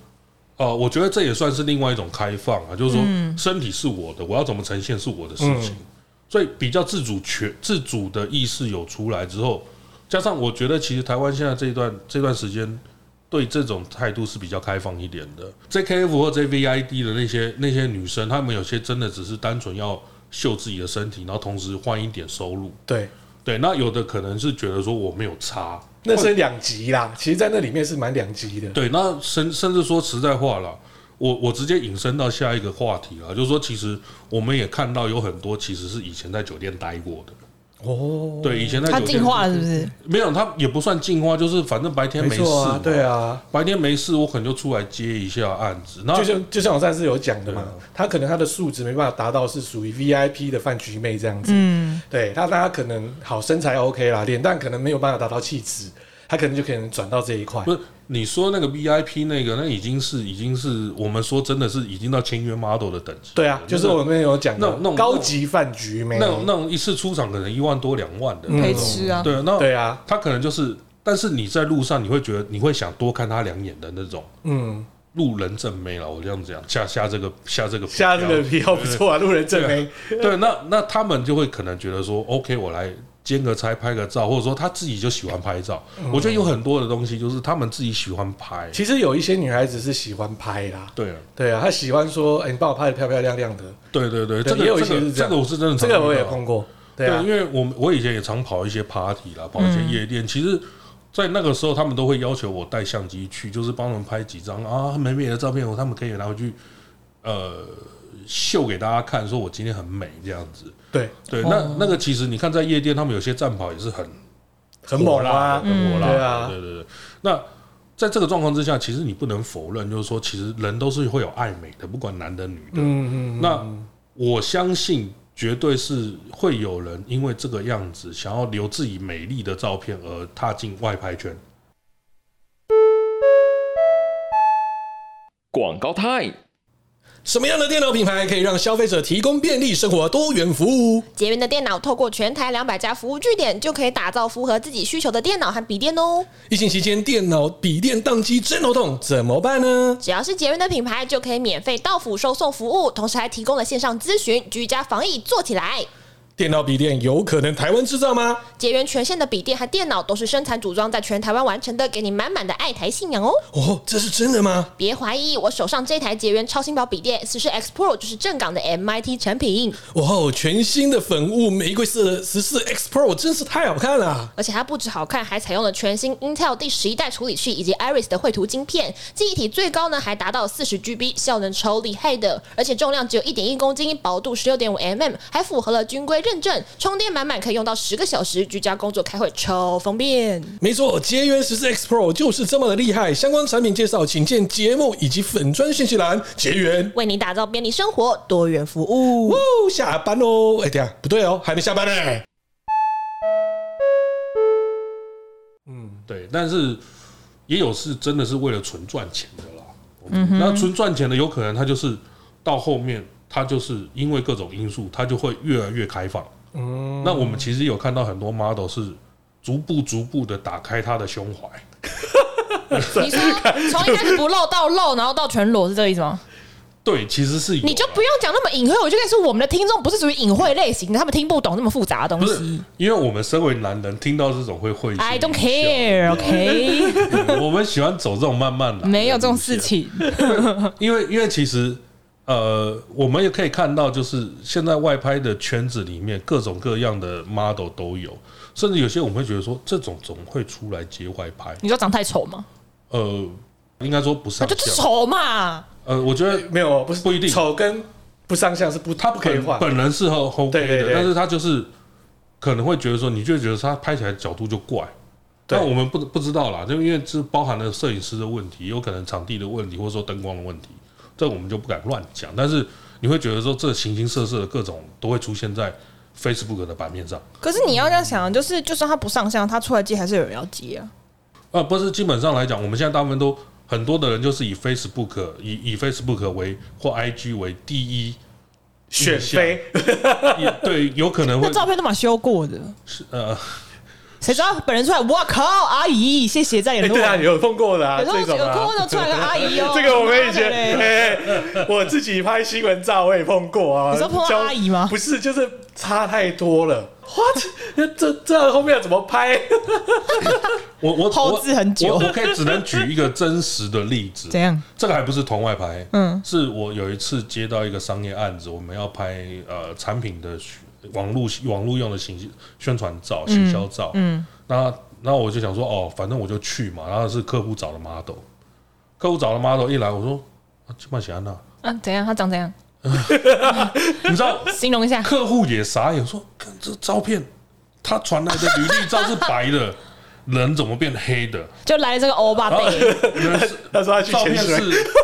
S3: 呃，我觉得这也算是另外一种开放啊，就是说身体是我的，我要怎么呈现是我的事情，所以比较自主权、自主的意识有出来之后，加上我觉得其实台湾现在这一段这段时间。对这种态度是比较开放一点的。JKF 或 JVID 的那些那些女生，她们有些真的只是单纯要秀自己的身体，然后同时换一点收入。
S2: 对，
S3: 对，那有的可能是觉得说我没有差，
S2: 那是两极啦，其实，在那里面是蛮两极的。
S3: 对，那甚甚至说实在话了，我我直接引申到下一个话题了，就是说，其实我们也看到有很多其实是以前在酒店待过的，
S2: 哦，
S3: 对，以前在
S4: 他
S3: 酒店
S4: 进化了是不是？
S3: 没有，他也不算进化，就是反正白天
S2: 没
S3: 没事
S2: 错
S3: 嘛
S2: 啊，对，啊，
S3: 白天没事，我可能就出来接一下案子，那
S2: 就像就像我上次有讲的嘛
S3: 啊对啊，
S2: 他可能他的素质没办法达到是属于 VIP 的饭局妹这样子，
S4: 嗯，
S2: 对他，大家可能好身材 OK 啦，脸蛋可能没有办法达到气质，他可能就可能转到这一块
S3: 不。是你说那个 VIP 那个，那已经是已经是我们说真的是已经到签约 model 的等级了，
S2: 对啊，就是我们有讲
S3: 那
S2: 的
S3: 种那种
S2: 高级饭局妹
S3: 那，种那种一次出场可能一万多两万
S2: 嗯
S3: 的，
S4: 可以吃啊，
S3: 对，那
S2: 对啊，
S3: 他可能就是，但是你在路上你会觉得你会想多看他两眼的那种
S2: 嗯，
S3: 路人正妹了，我这样讲下下这个下这个
S2: 下这个
S3: 标
S2: 比较不错啊，路人正妹，
S3: 对，那那他们就会可能觉得说，OK，我来兼个差拍个照，或者说他自己就喜欢拍照。我觉得有很多的东西就是他们自己喜欢拍，
S2: 嗯其实有一些女孩子是喜欢拍啦，
S3: 对啊
S2: 对啊，她喜欢说，哎，你帮我拍的漂漂亮亮的，
S3: 对对对，
S2: 对
S3: 这
S2: 也有
S3: 个
S2: 一
S3: 这
S2: 些是
S3: 个
S2: 这
S3: 这
S2: 样
S3: 个我是真的
S2: 这
S3: 常
S2: 个我
S3: 遇
S2: 也
S3: 到
S2: 碰过，对
S3: 对
S2: 啊
S3: 因，为我们我以前也常跑一些 party 啦，跑一些夜店。其实，在那个时候，他们都会要求我带相机去，就是帮他们拍几张啊美美的照片，我他们可以拿回去呃秀给大家看，说我今天很美这样子。
S2: 对，
S3: 对，那那个其实你看，在夜店，他们有些站跑也是很
S2: 很猛
S3: 啦，
S2: 啊，
S3: 很火辣
S2: 对
S3: 的，
S2: 啊
S3: 对对对。那在这个状况之下，其实你不能否认，就是说，其实人都是会有爱美的，不管男的女的。
S2: 嗯嗯，
S3: 那我相信绝对是会有人因为这个样子，想要留自己美丽的照片而踏进外拍圈。
S5: 广告 time。
S2: 什么样的电脑品牌可以让消费者提供便利生活多元服务？
S6: 捷源的电脑透过全台两百家服务据点，就可以打造符合自己需求的电脑和笔电哦。
S2: 疫情期间电脑笔电宕机真头痛，怎么办呢？
S6: 只要是捷源的品牌，就可以免费到府收送服务，同时还提供了线上咨询，居家防疫做起来。
S2: 电脑笔电有可能台湾制造吗？
S6: 捷源全线的笔电和电脑都是生产组装在全台湾完成的，给你满满的爱台信仰哦！
S2: 哦，这是真的吗？
S6: 别怀疑，我手上这台捷源超轻薄笔电四十 X Pro 就是正港的 MIT 产品，
S2: 哇哦，全新的粉雾玫瑰色的十四 X Pro 真是太好看了！
S6: 而且它不止好看，还采用了全新 Intel 第十一代处理器以及 Iris 的绘图晶片，记忆体最高呢还达到四十 GB，效能超厉害的，而且重量只有一点一公斤，薄度十六点五 mm，还符合了军规认证，充电满满可以用到十个小时，居家工作开会超方便。
S2: 没错，捷源十四 X Pro 就是这么的厉害。相关产品介绍，请见节目以及粉专信息栏。捷源，
S6: 为你打造便利生活，多元服务。
S2: 哦，下班喽！哎，等一下不对哦，还没下班呢、
S3: 对，但是也有是真的是为了纯赚钱的啦。嗯、那纯赚钱的，有可能他就是到后面，他就是因为各种因素，他就会越来越开放。嗯，那我们其实有看到很多 model 是逐步逐步的打开他的胸怀，
S4: 你说从一开始不露到露，然后到全裸是这个意思吗？
S3: 对，其实是有
S4: 你就
S3: 啦
S4: 不用讲那么隐晦，我就跟你说，我们的听众不是属于隐晦类型的，他们听不懂那么复杂的东
S3: 不
S4: 西
S3: 是。，因为我们身为男人，听到这种会会心
S4: I don't
S3: 一
S4: care，OK，、
S3: 笑。 我们喜欢走这种慢慢来，
S4: 没有这种事。情。
S3: 因为因为其实呃，我们也可以看到，就是现在外拍的圈子里面，各种各样的 model 都有，甚至有些我们会觉得说，这种总会出来接外拍。
S4: 你说长太丑吗？
S3: 呃，应该说不上
S4: 哦就是
S3: 相。
S4: 丑嘛，
S3: 呃，我觉得
S2: 没有，不是
S3: 不一定
S2: 丑跟不上下是不，
S3: 他
S2: 不可以
S3: 本
S2: 画。
S3: 本人是 O- OK
S2: 对
S3: 的，
S2: 对对
S3: 但是他就是可能会觉得说，你就会觉得他拍起来角度就怪。
S2: 对
S3: 但我们不不知道啦，就因为这包含了摄影师的问题，有可能场地的问题，或者说灯光的问题，这我们就不敢乱讲。但是你会觉得说，这形形色色的各种都会出现在 Facebook 的版面上。
S4: 可是你要这样想，就是就算他不上相，他出来接还是有人要接啊。
S3: 啊，不是，基本上来讲，我们现在大部分都很多的人就是以 Facebook 以以 Facebook 为或 IG 为第一，
S2: 选妃，
S3: 也对，有可能
S4: 那
S3: 会
S4: 照片都蛮修过的，
S3: 呃，
S4: 谁知道本人出来？我靠，阿姨，谢谢再
S2: 哎
S4: 联络。
S2: 对啊，有碰过的啊，
S4: 有时候
S2: 这
S4: 有
S2: 种啊
S4: 空。的出来个阿姨哦
S2: ，这个我们以前，
S4: 妈 的嘞
S2: 哎 我自己拍新闻照我也碰过啊。
S4: 你说碰到
S2: 交
S4: 阿姨吗
S2: 不是，就是差太多了。What？这 这样后面要怎么拍？
S3: 我我
S4: 后置很久
S3: 我我我可以只能举一个真实的例子。
S4: 怎样？
S3: 这个还不是同外拍，
S4: 嗯，
S3: 是我有一次接到一个商业案子，我们要拍呃产品的宣网络网络用的行宣传照、行销照，嗯，那那我就想说哦，反正我就去嘛，然后是客户找的 model，客户找的 model 一来，我说啊，这么喜安娜，
S4: 啊，怎样？他长怎样？
S3: 你知道
S4: 形容一下。
S3: 客户也傻眼，说看这照片，他传来的履历照是白的，人怎么变黑的？
S4: 就来了这个欧巴
S3: 然
S2: 哦
S3: 后
S4: 贝，
S3: 人是
S2: 他说他去
S3: 照
S2: 潜
S3: 片
S2: 水，
S3: 是。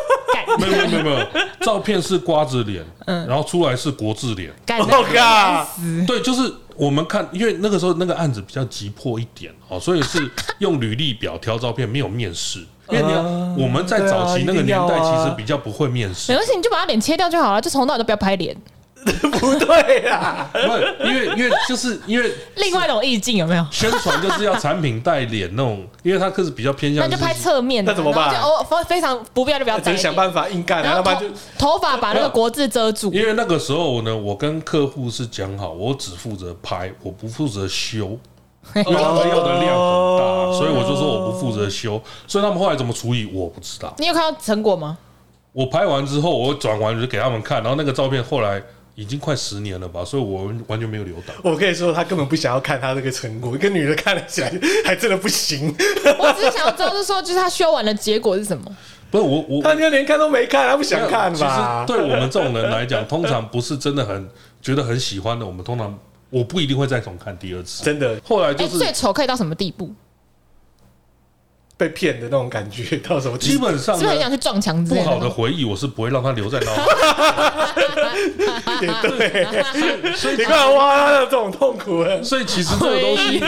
S3: 没有没有没有没有，照片是瓜子脸，
S4: 嗯
S3: 然后出来是国字脸，
S4: 干
S2: 我
S4: 干
S2: 靠！
S4: 嗯
S3: 对，就是我们看，因为那个时候那个案子比较急迫一点哦，所以是用履历表挑照片，没有面试。因为你要
S2: 啊
S3: 我们在早
S2: 对
S3: 期
S2: 啊
S3: 那个
S2: 一定
S3: 年
S2: 要啊
S3: 代，其实比较不会面试
S4: 没，关系，你就把他脸切掉就好了，就从头到尾都不要拍脸。
S2: 不对啊，
S3: 不是因为因为就是因为
S4: 另外一种意境有没有？
S3: 宣传就是要产品带脸那种，因为它可是比较偏
S4: 那
S3: 向
S4: 就拍侧面的，
S2: 那怎么办
S4: 然后就哦，非常不必要就不要
S2: 只
S4: 在
S2: 是
S4: 意。
S2: 想办法硬干啊，
S4: 然
S2: 要
S4: 后
S2: 不然
S4: 头
S2: 就
S4: 头发把那个国字遮住，
S3: 因为那个时候呢，我跟客户是讲好，我只负责拍，我不负责 修，
S2: 哦
S3: 因为他们要的量很大，所以我就说我不负责修。所以他们后来怎么处理，我不知道。
S4: 你有看到成 果吗？
S3: 我拍完之后，我转完就给他们看，然后那个照片后来已经快十年了吧，所以我完全没有留档。
S2: 我可以说他根本不想要看他这个成果，一个女的看了起来还真的不行，
S4: 我只是想要知道，就是说，就是他修完的结果是什么？
S3: 不是我我
S2: 她就连看都没看，她不想看
S3: 其
S2: 吧
S3: 实？对我们这种人来讲，通常不是真的很觉得很喜欢的，我们通常我不一定会再重看第二次。
S2: 真的
S3: 后来就
S4: 哎，
S3: 是
S4: 最丑可以到什么地步？
S2: 被骗的那种感觉到什么地步？
S3: 基本上
S4: 是不
S3: 呢
S4: 是很想去撞墙之
S3: 不
S4: 类
S3: 好
S4: 的
S3: 的
S4: 吗？
S3: 回忆，我是不会让它留在脑海。
S2: 也对，你快挖他的这种痛苦了。
S3: 所以其实这个东西，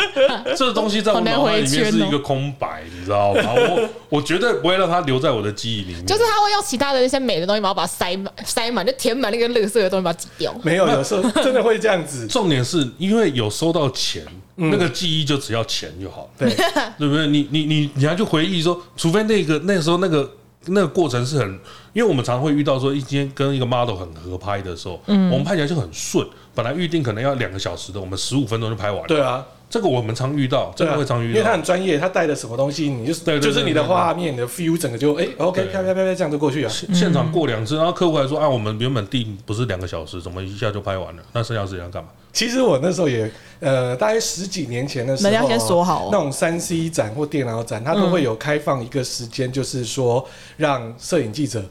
S3: 这个东西在我脑海里面是一个空白，你知道吗？我我绝对不会让它留在我的记忆里面。
S4: 哦就是他会用其他的一些美的东西，然后把它塞满、塞满，就填满那个垃圾的东西，把它挤掉。
S2: 没有，有时候真的会这样子。
S3: 重点是因为有收到钱，那个记忆就只要钱就好，
S2: 嗯对，
S3: 对不对？你你你你还去回忆说，除非那个那时候那个那个过程是很，因为我们常会遇到说，一天跟一个 model 很合拍的时候，
S4: 嗯
S3: 我们拍起来就很顺，本来预定可能要两个小时的，我们十五分钟就拍完了。
S2: 对啊，
S3: 这个我们常遇到，真
S2: 对
S3: 的
S2: 啊，
S3: 会常
S2: 因
S3: 遇
S2: 为他
S3: 到
S2: 很。专业，他带的什么东西，你就是
S3: 对对对
S2: 就是你的画面、你的 feel 整个就哎，OK，
S3: 对
S2: 啪啪啪啪这样就过去啊。
S3: 现现场过两次，然后客户还说啊，我们原本定不是两个小时，怎么一下就拍完了？那剩下时间要干嘛？
S2: 其实我那时候也，呃，大概十几年前的时候，
S4: 门要先锁好哦
S2: 那种三 C 展或电脑展，它都会有开放一个时间，就是说让摄影记者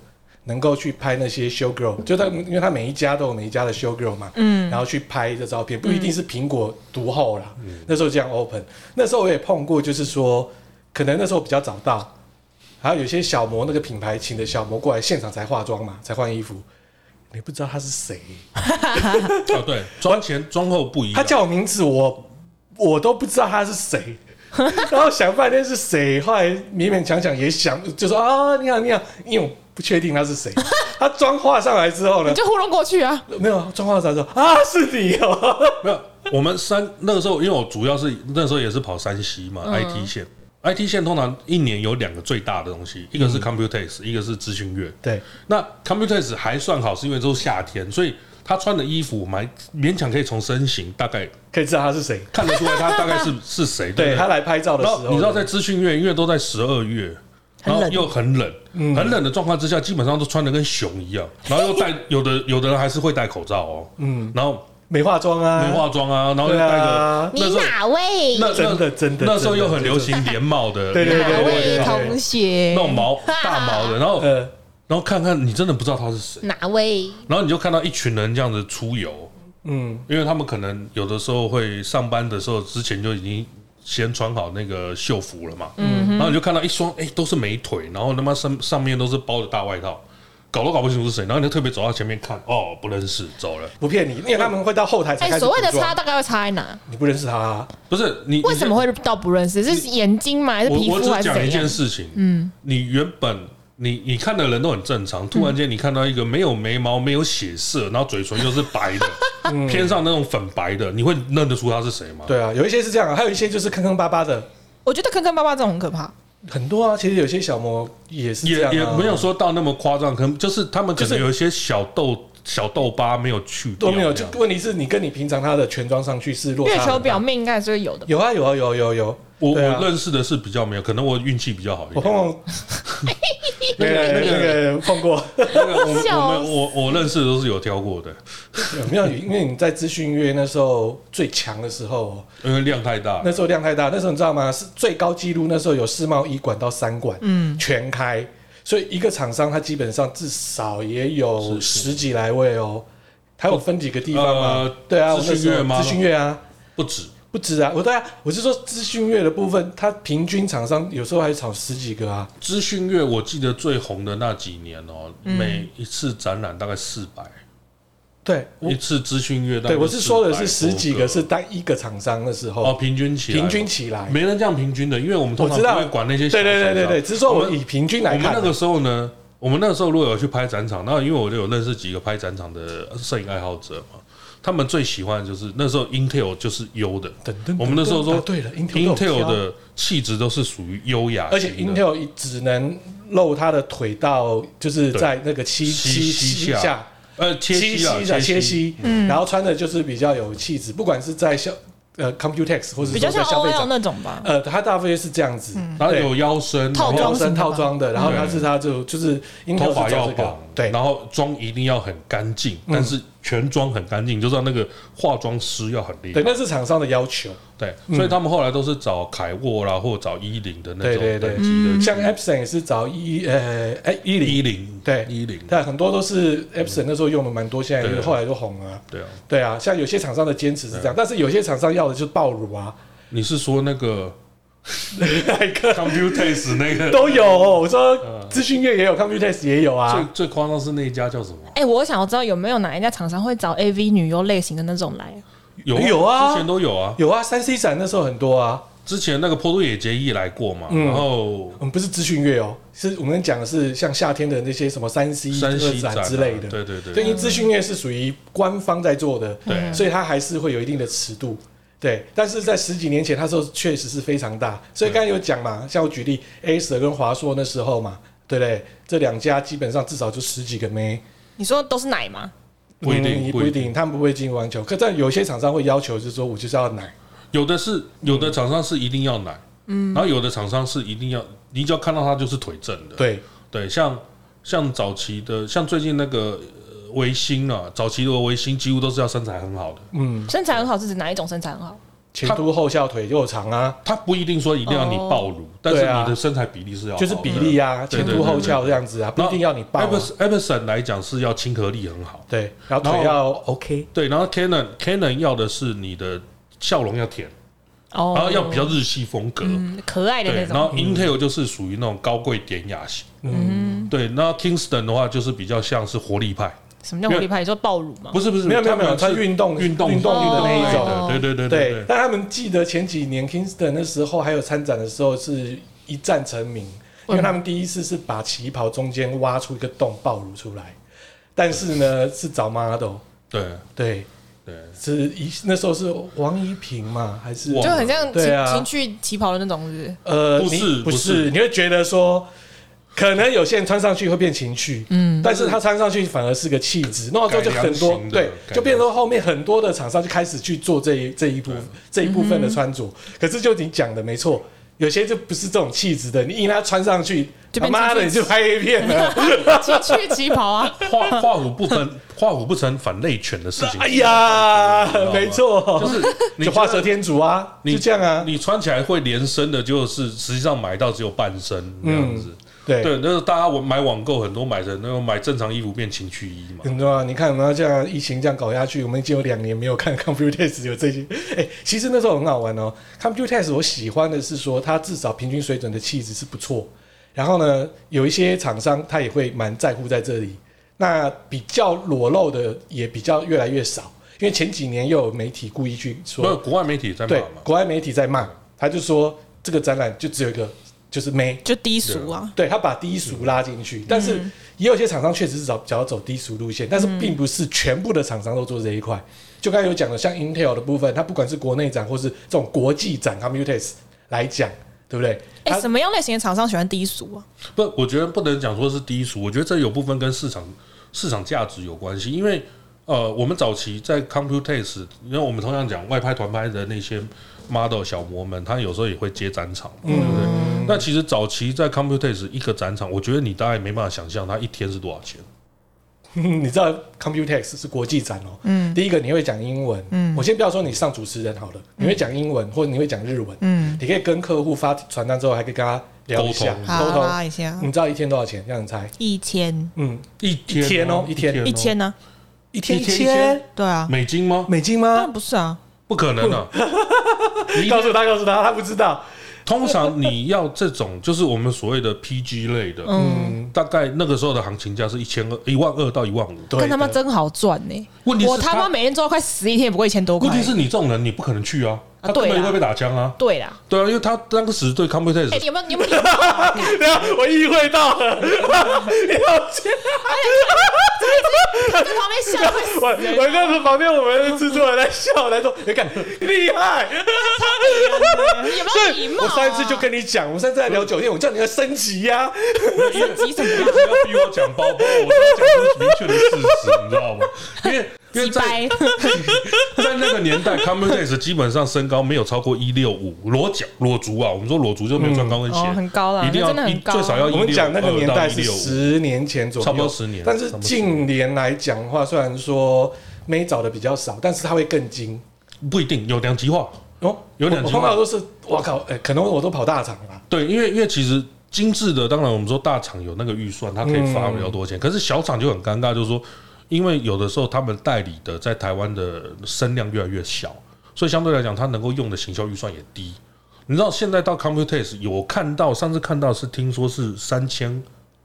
S2: 能够去拍那些 show girl，就他们因为他每一家都有每一家的 show girl 嘛，嗯，然后去拍这照片，不一定是苹果独后啦，那时候这样 open，那时候我也碰过，就是说可能那时候比较早到，还有有些小模那个品牌请的小模过来现场才化妆嘛，才换衣服，你不知道他是谁、
S3: 啊，对，妆前妆后不一样。
S2: 他叫我名字，我我都不知道他是 谁，然后想半天是谁，后来勉勉强强也想，就说啊，你好你好，因为我不确定他是谁。他妆化上来之后呢
S4: 你，就糊弄过去啊！
S2: 没有妆化上来之后啊，是你 哦，
S3: 没有，我们三那个时候，因为我主要是那时候也是跑山西嘛、i
S2: 嗯
S3: t 线，IT 线通常一年有两个最大的东西，一个
S2: 嗯
S3: 是 Computex，、一个是资讯月。
S2: 对，
S3: 那 Computex 还算好，是因为都是夏天，所以他穿的衣服我们还勉强可以从身形大概
S2: 可以知道他是谁。
S3: 看得出来，他大概 是是谁，对
S2: 对
S3: 不
S2: 他
S3: 对？
S2: 来拍照的
S3: 然
S2: 时
S3: 后
S2: 候，
S3: 你知道在资讯月，因为都在十二月。然后
S4: 很冷
S3: 又很冷，
S2: 嗯
S3: 很冷的状况之下，基本上都穿的跟熊一样，
S4: 哎
S3: 然后又戴有的有的人还是会戴口罩哦，嗯，然后
S2: 没化妆啊，
S3: 没化妆啊，然后又
S2: 对
S3: 戴个
S2: 啊，
S3: 那时候
S6: 位
S3: 那
S2: 真的
S3: 那
S2: 真的
S3: 那时候
S2: 真的
S3: 又很流行连帽的，
S2: 对对对对对对
S6: 同
S2: 对，
S6: 学
S3: 那种毛大毛的，然后
S2: 呃，
S3: 然后看看你真的不知道他是谁，
S6: 哪位？
S3: 然后你就看到一群人这样子出游，
S2: 嗯，
S3: 因为他们可能有的时候会上班的时候之前就已经先穿好那个秀服了嘛，嗯，然后你就看到一双哎、都是美腿，然后他妈上上面都是包着大外套，搞都搞不清楚是谁，然后你就特别走到前面看，哦，不认识，走了，
S2: 不骗你，因为他们会到后台才
S4: 哎、
S2: 开始
S4: 所谓的
S2: 补妆
S4: 差大概会差在哪？
S2: 你不认识他啊、
S3: 不是你
S4: 为什么？会到不认识？是眼睛吗？还是
S3: 你
S4: 皮
S3: 我我
S4: 肤还
S3: 只
S4: 是
S3: 讲一
S4: 怎
S3: 件
S4: 样？
S3: 事情，嗯，你原本。你你看的人都很正常，突然间你看到一个没有眉毛、没有血色，然后嘴唇又是白的，
S4: 嗯
S3: 偏上那种粉白的，你会认得出他是谁吗？
S2: 对啊，有一些是这样啊，还有一些就是坑坑巴巴的，
S4: 我觉得坑坑巴巴这种很可怕。
S2: 很多啊。其实有些小模也是
S3: 也
S2: 这样、啊，
S3: 也没有说到那么夸张，可能就是他们可
S2: 就
S3: 能
S2: 是
S3: 有一些小痘、小痘疤没有去
S2: 都
S3: 掉这
S2: 没有。
S3: 样，
S2: 就问题是你跟你平常他的全妆上去是落差
S4: 月
S2: 很大。
S4: 球表面应该是会有的吧。
S2: 有啊有啊有啊有啊有啊
S3: 我我
S2: 对啊
S3: 认识的是比较没有，可能我运气比较好一
S2: 我
S3: 点。
S2: 碰碰那个 那个碰过，
S3: 那个我
S4: 笑
S3: 我们我我认识的都是有挑过的，
S2: 有没有？因为你在资讯月那时候最强的时候，
S3: 因为量太大
S2: 那
S3: 了。
S2: 时候量太大，那时候你知道吗？是最高纪录，那时候有世贸一馆到三馆，嗯，全开，所以一个厂商它基本上至少也有
S3: 是是
S2: 十几来位哦，还有分几个地方啊
S3: 呃？
S2: 对啊，我
S3: 资讯
S2: 那时候
S3: 月吗
S2: 资讯月啊。
S3: 不止，
S2: 不止啊，我对啊，我是说资讯月的部分，它平均厂商有时候还炒十几个啊，
S3: 资讯月我记得最红的那几年哦，
S2: 嗯
S3: 每一次展览大概四百，
S2: 对，我
S3: 一次资讯月大概
S2: 对我是说的
S3: 400
S2: 是十几
S3: 多
S2: 个是单一个厂商的时候，
S3: 哦，平均起来
S2: 平均起来，
S3: 没人这样平均的，因为我们通
S2: 我
S3: 常
S2: 知
S3: 不
S2: 道
S3: 会管那些小
S2: 对对对
S3: 厂
S2: 对
S3: 商
S2: 对，只是说
S3: 我
S2: 我
S3: 们
S2: 以平均
S3: 我
S2: 来
S3: 们
S2: 看啊，
S3: 那个时候呢，我们那个时候如果有去拍展场，那因为我就有认识几个拍展场的摄影爱好者嘛，他们最喜欢的就是那时候 Intel 就是优的，
S2: 等等，
S3: 我们那时候说
S2: 啊对了，Intel 都有
S3: Intel
S2: 挑，
S3: 的气质都是属于优雅型的，
S2: 而且 Intel 只能露他的腿到就是在那个七
S3: 七
S2: 七
S3: 膝
S2: 膝
S3: 下
S2: 下。
S3: 呃切
S2: 切
S3: 西啊
S2: 膝的切
S3: 西，
S2: 膝，
S4: 嗯
S2: 然后穿的就是比较有气质，不管是在消呃 Computex 或者是
S4: 比
S2: 说
S4: 较像
S2: 在消
S4: O
S2: 费
S4: L
S2: 展，
S4: 那种嗯吧，
S2: 呃，他大约是这样子，
S3: 然后
S2: 对
S3: 有腰身，
S4: 套
S2: 套
S3: 然后
S4: 装型
S2: 装
S4: 的吧
S2: 套装的，然后
S3: 对
S2: 他是他就就是
S3: 头
S2: Intel
S3: 发
S2: 是
S3: 要
S2: 走这
S3: 绑
S2: 个，，对嗯
S3: 然后妆一定要很干净，但是全妆很干净，你就知道那个化妆师要很厉害
S2: 对，。那是厂商的要求。
S3: 对，所以他们后来都是找凯沃啦，或找一零的那
S2: 对对
S3: 种
S2: 对
S3: 等级
S4: 嗯
S3: 的
S2: 像 Epson 也是找一呃哎一零
S3: 嗯一零，
S2: 对
S3: 一零，
S2: 对，啊很多都是 Epson 那时候用的蛮多，现在
S3: 对
S2: 就后来就红了啊。
S3: 对啊，
S2: 对啊，像有些厂商的坚持是这样，但是有些厂商要的就是爆乳啊，
S3: 你是说那 个
S2: 哪一个
S3: Computex 那个
S2: 都有。我
S3: 嗯
S2: 说资讯月也有，Computex 也有
S3: 最
S2: 啊。
S3: 最夸张是那一家叫什么？
S4: 哎、我想要知道有没有哪一家厂商会找 A V 女优类型的那种来？
S3: 有
S2: 有啊
S3: 之前都有啊，
S2: 有啊，三 C 展那时候很多啊，
S3: 之前那个坡度野结衣来过嘛，然后
S2: 我们不是资讯月哦，是我们讲的是像夏天的那些什么三 C
S3: 山西
S2: 展
S3: 啊
S2: 之类的，
S3: 对对对
S2: 对，因为资讯业是属于官方在做的，
S3: 对
S2: 所以它还是会有一定的尺度。对，但是在十几年前，它时候确实是非常大，所以刚才有讲嘛，像我举例，Acer 跟华硕那时候嘛，对不对？这两家基本上至少就十几个妹，
S4: 你说都是奶吗？
S3: 不一定
S2: 嗯
S3: 不
S2: 不
S3: 一
S2: 一
S3: 定
S2: 定，他们不会进网球，可但有些厂商会要求，就是说我就是要奶，
S3: 有的是有的厂商是一定要奶，嗯，然后有的厂商是一定要，你只要看到他就是腿正的，
S2: 对，
S3: 对，像像早期的，像最近那个呃维新啊，早期的维新几乎都是要身材很好的，
S2: 嗯，
S4: 身材很好是指哪一种身材很好？
S2: 前凸后翘，腿又长啊，
S3: 他不一定说一定要你暴乳，但是
S2: 对啊
S3: 你的身材比例是要
S2: 就是比例
S3: 啊。
S2: 啊，
S3: 对对
S2: 前
S3: 对哎
S2: 凸后翘这样子啊，不一定要你抱啊、
S3: Epson Epson 来讲是要亲和力很好，
S2: 对，然后
S3: 然后哦
S2: 腿要 OK，
S3: 对，然后 Canon Canon 要的是你的笑容要甜，
S4: 哦
S3: 然后要比较日系风格，
S4: 嗯可爱的
S3: 对，
S4: 那
S3: 然
S4: 种。
S3: 后 Intel 就是属于那种高贵典雅型，嗯，对，那 Kingston 的话就是比较像是活力派，
S4: 什么叫活力派？你说暴乳吗？
S3: 不是不是，
S2: 哦没有没有
S3: 他们
S2: 没有他
S3: 是
S2: 运动
S3: 运动
S2: 运动
S3: 型
S2: 的那一种
S3: 对对对对
S2: 对
S3: 对，，
S2: 但他们记得前几年 Kingston 那时候还有参展的时候是一战成名，
S3: 嗯
S2: 因为他们第一次是把旗袍中间挖出一个洞暴露出来，但是呢是找 model，
S3: 对
S2: 对，
S3: 对，
S2: 是一那时候是王一平嘛还是
S3: 哇
S4: 就很像
S2: 对啊
S4: 情情趣旗袍的那种，是不是？
S2: 呃
S3: 不是
S2: 你
S3: 不
S2: 不
S3: 是
S2: 是，你会觉得说。可能有些人穿上去会变情趣，嗯，但是他穿上去反而是个气质，弄到之后就很
S3: 改良
S2: 多
S3: 型的
S2: 对
S3: 改，良
S2: 就变成说后面很多的厂商就开始去做这一这一部这一部分的穿着。
S3: 嗯
S2: 可是就你讲的没错，有些就不是这种气质的，你一让他穿上去，他
S4: 就变
S2: 妈的
S4: 情
S2: 你
S4: 趣
S2: 就拍 A 片 了，
S4: 情趣旗袍啊，
S3: 画画虎不分，画虎不成反类犬的事情。
S2: 哎呀，没错，
S3: 哦就是你
S2: 就画蛇添足啊，
S3: 你
S2: 就这样啊，
S3: 你穿起来会连身的，就是实际上买到只有半身这样子。
S2: 嗯对
S3: 对，就是大家我买网购很多买成那种买正常衣服变情趣衣嘛，
S2: 很多啊！你看我们要这样疫情这样搞下去，我们已经有两年没有看 Computex 有这些。哎、其实那时候很好玩哦。Computex 我喜欢的是说，它至少平均水准的气质是不错。然后呢，有一些厂商他也会蛮在乎在这里。那比较裸露的也比较越来越少，因为前几年又有媒体故意去
S3: 不是
S2: 说，
S3: 国外媒体也在骂
S2: 对
S3: 嘛，
S2: 国外媒体在骂，他就说这个展览就只有一个，就是妹。
S5: 就低俗啊，
S2: 对他把低俗拉进去，但是也有些厂商确实是找比较走低俗路线，但是并不是全部的厂商都做这一块。就刚才有讲的，像 Intel 的部分，它不管是国内展或是这种国际展 Commutex 来讲，对不对？啊
S5: 哎、
S2: 它
S5: 什么样类型的厂商喜欢低俗啊？
S3: 不，我觉得不能讲说是低俗，我觉得这有部分跟市场市场价值有关系，因为呃，我们早期在 Computex，因为我们通常讲外拍团拍的那些 model 小模们，他有时候也会接展场嘛，
S2: 嗯
S3: 对不对？那其实早期在 Computex 一个展场，我觉得你大概没办法想象它一天是多少钱。
S2: 嗯你知道 Computex 是国际展哦，嗯，第一个你会讲英文，嗯，我先不要说你上主持人好了，你会讲英文或者你会讲日文，嗯，你可以跟客户发传单之后，还可以跟他聊一下
S3: 沟
S4: 啊
S5: 好
S2: 沟
S5: 拉
S2: 通。
S5: 一下，
S2: 你知道一天多少钱？让你猜，
S5: 一千，
S2: 嗯，
S3: 一天
S2: 一天哦一天
S5: 一千
S4: 啊
S5: 呢、
S2: 一天
S3: 一
S2: 一
S3: 天
S2: 千
S5: 对啊，
S3: 美金吗？
S2: 美金
S5: 当
S2: 吗
S5: 然？不是啊，
S3: 不可能啊！ 你
S2: 告诉他，告诉他，他不知道。
S3: 通常你要这种就是我们所谓的 PG 类的，嗯，大概那个时候的行情价是一千二、一万二到一万五。
S2: 对
S5: 跟他妈
S2: 的
S5: 真好赚呢、
S3: 问题是
S5: 我他妈
S3: 他
S5: 每天做到快死一天，也不过一千多块。
S3: 问题是你这种人，你不可能去啊，
S5: 啊
S3: 他根
S5: 对
S3: 本
S5: 啊
S3: 就会被打枪啊。
S5: 对 啦，欸
S3: 对啊，因为他当时对 Computex
S6: 哎、你有没有你有没有礼貌啊？
S2: 对啊，我意会到了， 了解。
S6: 在旁边笑得快死
S2: 我我刚刚旁边我们的制作人在笑，来说，你看厉 害。
S6: 你有没有礼貌、啊？
S2: 我上一次就跟你讲，我上次在聊酒店，我叫你要升级啊呀、
S3: 急什么？ 你不要逼我讲包包，我要讲出明确的事实，你知道吗？因为因为
S5: 鸡
S3: 在
S5: 掰，
S3: 在那个年代，Computex 基本上身高没有超过一六五，裸脚裸足啊，我们说裸足就没有穿高跟鞋，
S5: 哦很高啦
S3: 一定要
S5: 那真的很
S3: 一
S5: 高啊
S3: 最少要一
S2: 我
S3: 六
S2: 们讲那个年代是
S3: 一六五。
S2: 十年前左右，
S3: 差不多10年
S2: 但是近年来讲的话，虽然说妹找的比较少，但是它会更精。
S3: 不一定有两极化。
S2: 哦，
S3: 有两
S2: 我
S3: 极
S2: 碰
S3: 化
S2: 到都是，我靠，哎、可能我都跑大啊厂了。
S3: 对，因为因为其实精致的，当然我们说大厂有那个预算，它可以发比较
S5: 嗯
S3: 多钱，可是小厂就很尴尬，就是说，因为有的时候他们代理的在台湾的声量越来越小，所以相对来讲，它能够用的行销预算也低。你知道现在到 Computex 有看到，上次看到是听说是三千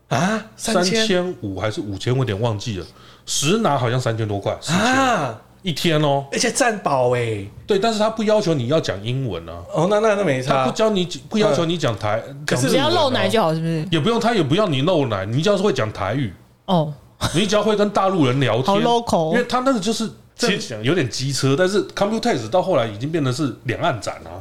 S2: 啊，
S3: 三
S2: 千
S3: 千五还是五千，我有点忘记了。实拿好像三千多块，四千
S2: 啊，
S3: 一天哦。
S2: 而且占宝哎，
S3: 对，但是他不要求你要讲英文啊，
S2: 哦，那那那没
S3: 他
S2: 差
S3: 不，教你不要求你讲台，
S2: 可是
S3: 讲日文啊
S5: 只要露奶就嗯好，是不是？
S3: 也不用他也不要你露奶，你只要是会讲台 语，
S5: 哦，
S3: 你只要会跟大陆人聊天，
S5: 好 local 哦
S3: 因为他那个就是其实讲有点机车，但是 Computex 到后来已经变得是两岸展啊，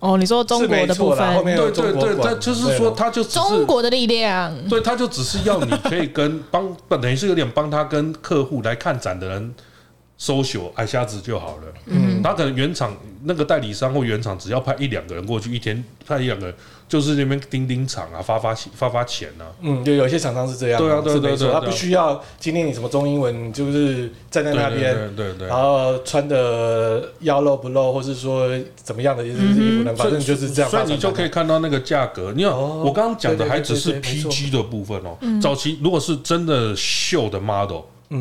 S5: 哦，你说中
S2: 是
S5: 国
S2: 没
S5: 的部
S2: 错啦后
S5: 分，
S2: 面有
S3: 对
S2: 中
S3: 对
S2: 国
S3: 对，
S2: 馆
S3: 但就是说
S2: 对
S3: 他就只
S5: 中
S3: 是。
S5: 国的力量，
S3: 对，他就只是要你可以跟帮，等于是有点帮他跟客户来看展的人搜寻矮瞎子就好了。嗯，他可能原厂那个代理商或原厂只要派一两个人过去，一天派一两个人，就是那边盯盯场啊，发发发发钱啊。
S2: 嗯，就有一些厂商是这样嘛，
S3: 对啊对啊
S2: 是没
S3: 对啊
S2: 错
S3: 对啊
S2: 他
S3: 对啊
S2: 不需要今天你什么中英文，你就是站在
S3: 对
S2: 那边，
S3: 对对对
S2: 然后穿的要露不露，或是说怎么样的衣服呢，反正就是这样
S3: 嗯所
S2: 发展
S3: 以
S2: 的。
S3: 你就可以看到那个价格。你看，
S2: 哦
S3: 我刚刚讲的还只
S2: 对
S3: 是
S2: 对对对对
S3: PG 的部分哦。早期如果是真的秀的 model，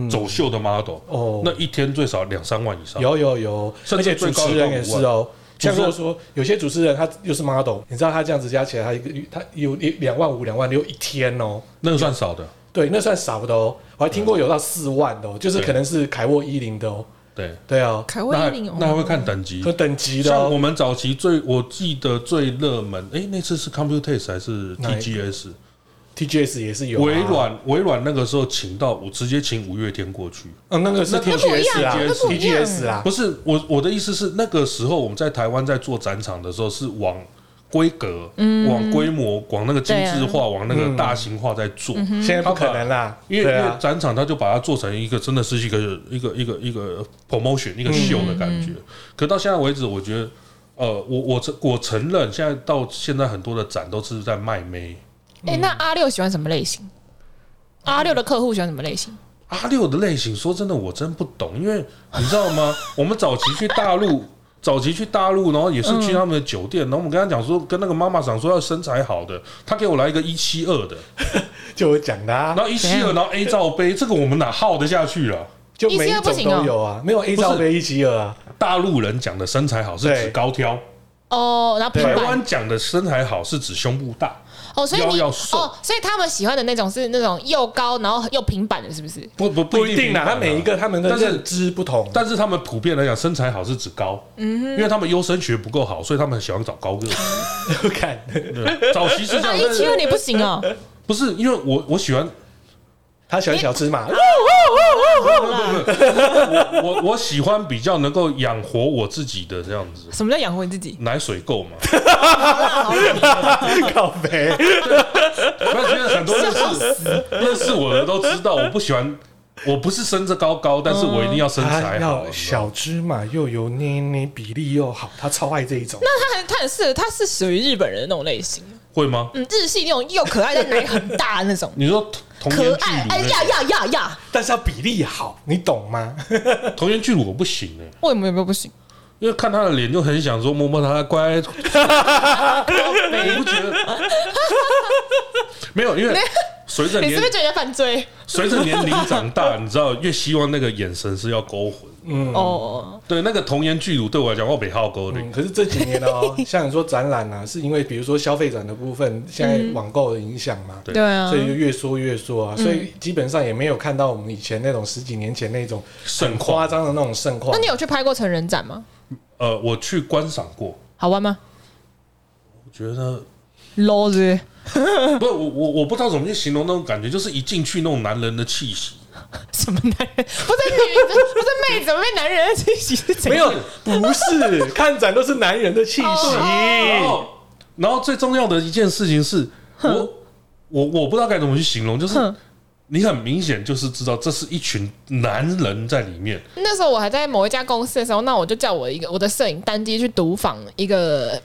S3: 走秀的 model，
S2: 嗯哦
S3: 那一天最少两三万以上。
S2: 有有有，
S3: 甚
S2: 而
S3: 至
S2: 且主
S3: 最高
S2: 持
S3: 有
S2: 人
S3: 到
S2: 也
S3: 五
S2: 是
S3: 万
S2: 哦。像
S3: 啊主
S2: 如
S3: 持
S2: 果
S3: 人
S2: 说有些主持人他又是 model，你知道他这样子加起来，他一个他有一两万五、两万六一天哦。
S3: 那个算少的。
S2: 对，那算少的哦。我还听过有到四万的哦，就是
S3: 对
S2: 可能是凯沃一零的哦。
S3: 对，
S2: 对啊，
S5: 凯
S3: 那
S5: 威哦
S3: 还
S5: 零
S3: 那还会看等级
S2: 和。等级的
S3: 像我
S2: 哦。
S3: 们早期最我记得最热门，哎，那次是 Computex 还是
S2: 哪一个
S3: TGS？
S2: TGS 也是有啊
S3: 微，软微软那个时候请到我直接请五月天过去，
S2: 嗯，那个是
S3: 那那
S6: 不一样
S2: TGS 啊
S6: 那不一样
S2: ，TGS 啊，
S3: 不是我我的意思是，那个时候我们在台湾在做展场的时候，是往规格、往规模、往那个精致
S2: 啊
S3: 化、往那
S2: 嗯
S3: 个大型化在做。
S2: 现在不可能啦，
S3: 因为、
S2: 对
S3: 因
S2: 啊
S3: 为展场，它就把它做成一个真的是一个一个一个一个 promotion 一个秀的感觉。可到现在为止，我觉得，呃，我我承我承认，现在到现在很多的展都是在卖妹。
S5: 哎、那阿六喜欢什么类型？阿六的客户喜欢什么类型？
S3: 阿六的类型，说真的，我真不懂，因为你知道吗？我们早期去大陆早期去大陆，然后也是去他们的酒店，然后我们跟他讲说，跟那个妈妈讲说要身材好的，他给我来一个一七二的，
S2: 就我讲的啊
S3: 然，后一七二，然后 A 罩杯，这个我们哪耗得下去啊了？
S2: 就每一
S4: 172不
S2: 种
S4: 行哦
S2: 都有啊，没有 A 罩杯一级二啊，
S3: 大陆人讲的身材好是指
S2: 对
S3: 高挑，
S4: 哦，然后平
S3: 台
S4: 板
S3: 湾讲的身材好是指胸部大，
S4: 哦，所以
S3: 腰
S4: 你
S3: 要瘦
S4: 哦，所以他们喜欢的那种是那种又高然后又平板的，是不是？
S3: 不不
S2: 不一定啦，
S3: 平板
S2: 他每一个他们的
S3: 但是
S2: 认知不同，
S3: 但是他们普遍来讲，身材好是指高，
S7: 嗯
S3: 因为他们优生学不够好，所以他们喜欢找高个子。
S2: 不看
S3: 对早期是这样，
S7: 哎
S4: 一七二你不行哦，
S3: 不是因为我 我喜欢，
S2: 他喜欢小芝麻，
S3: 不不不，我我我喜欢比较能够养活我自己的这样子，
S4: 什么叫养活你自己？
S3: 奶水够嘛？
S2: 靠肥，
S3: 那现在很多认识认识我的都知道，我不喜欢，我不是身子高高，但是我一定要身
S2: 他
S3: 材好啊
S2: 要。小芝麻又有捏捏，比例又好，他超爱这一种。
S4: 他 很他很适合，他是属于日本人的那种类型，
S3: 会吗？。
S4: 嗯，日系那种又可爱但奶很大的 那种
S3: 你说童童
S7: 可
S3: 颜巨
S7: 爱
S3: 乳，
S7: 哎呀呀呀呀！
S2: 但是要比例好，你懂吗？
S3: 那个，童颜巨乳我不行哎，
S4: 为什么有没有不行？
S3: 因为看他的脸就很想说摸摸他的乖，你不觉得？没有，因为随着
S4: 你 哎是
S3: 年
S4: 不是觉得犯罪？
S3: 随着年龄长大，你知道越希望那个眼神是要勾魂。
S4: 哦，
S3: 对，那个童颜巨乳对我来讲，我北好勾 的
S2: 嗯，。可是这几年哦、像你说展览啊，是因为比如说消费展的部分，现在网购的影响嘛，
S3: 对
S4: 对啊
S2: 所，以就越缩越缩啊，所以基本上也没有看到我们以前那种十几年前那种
S3: 盛
S2: 很
S3: 况
S2: 夸张的那种盛况。
S4: 那你有去拍过成人展吗？
S3: 呃，我去观赏过，
S4: 好玩吗
S3: 我觉得
S4: ？low 是不是
S3: 不，我我我不知道怎么去形容那种感觉，就是一进去那种男人的气息。
S4: 什么男人？不是女的，不是妹子，怎么被男人的 气息是怎
S2: 没
S4: 样？
S2: 有，不是看展都是男人的气
S4: 哎
S3: 然
S2: 息，
S3: 后，哦然后最重要的一件事情是，我我我不知道该怎么去形容，就是
S4: 哼
S3: 你很明显就是知道这是一群男人在里面，
S4: 那时候我还在某一家公司的时候，那我就叫我一个我的摄影单机去读访一个，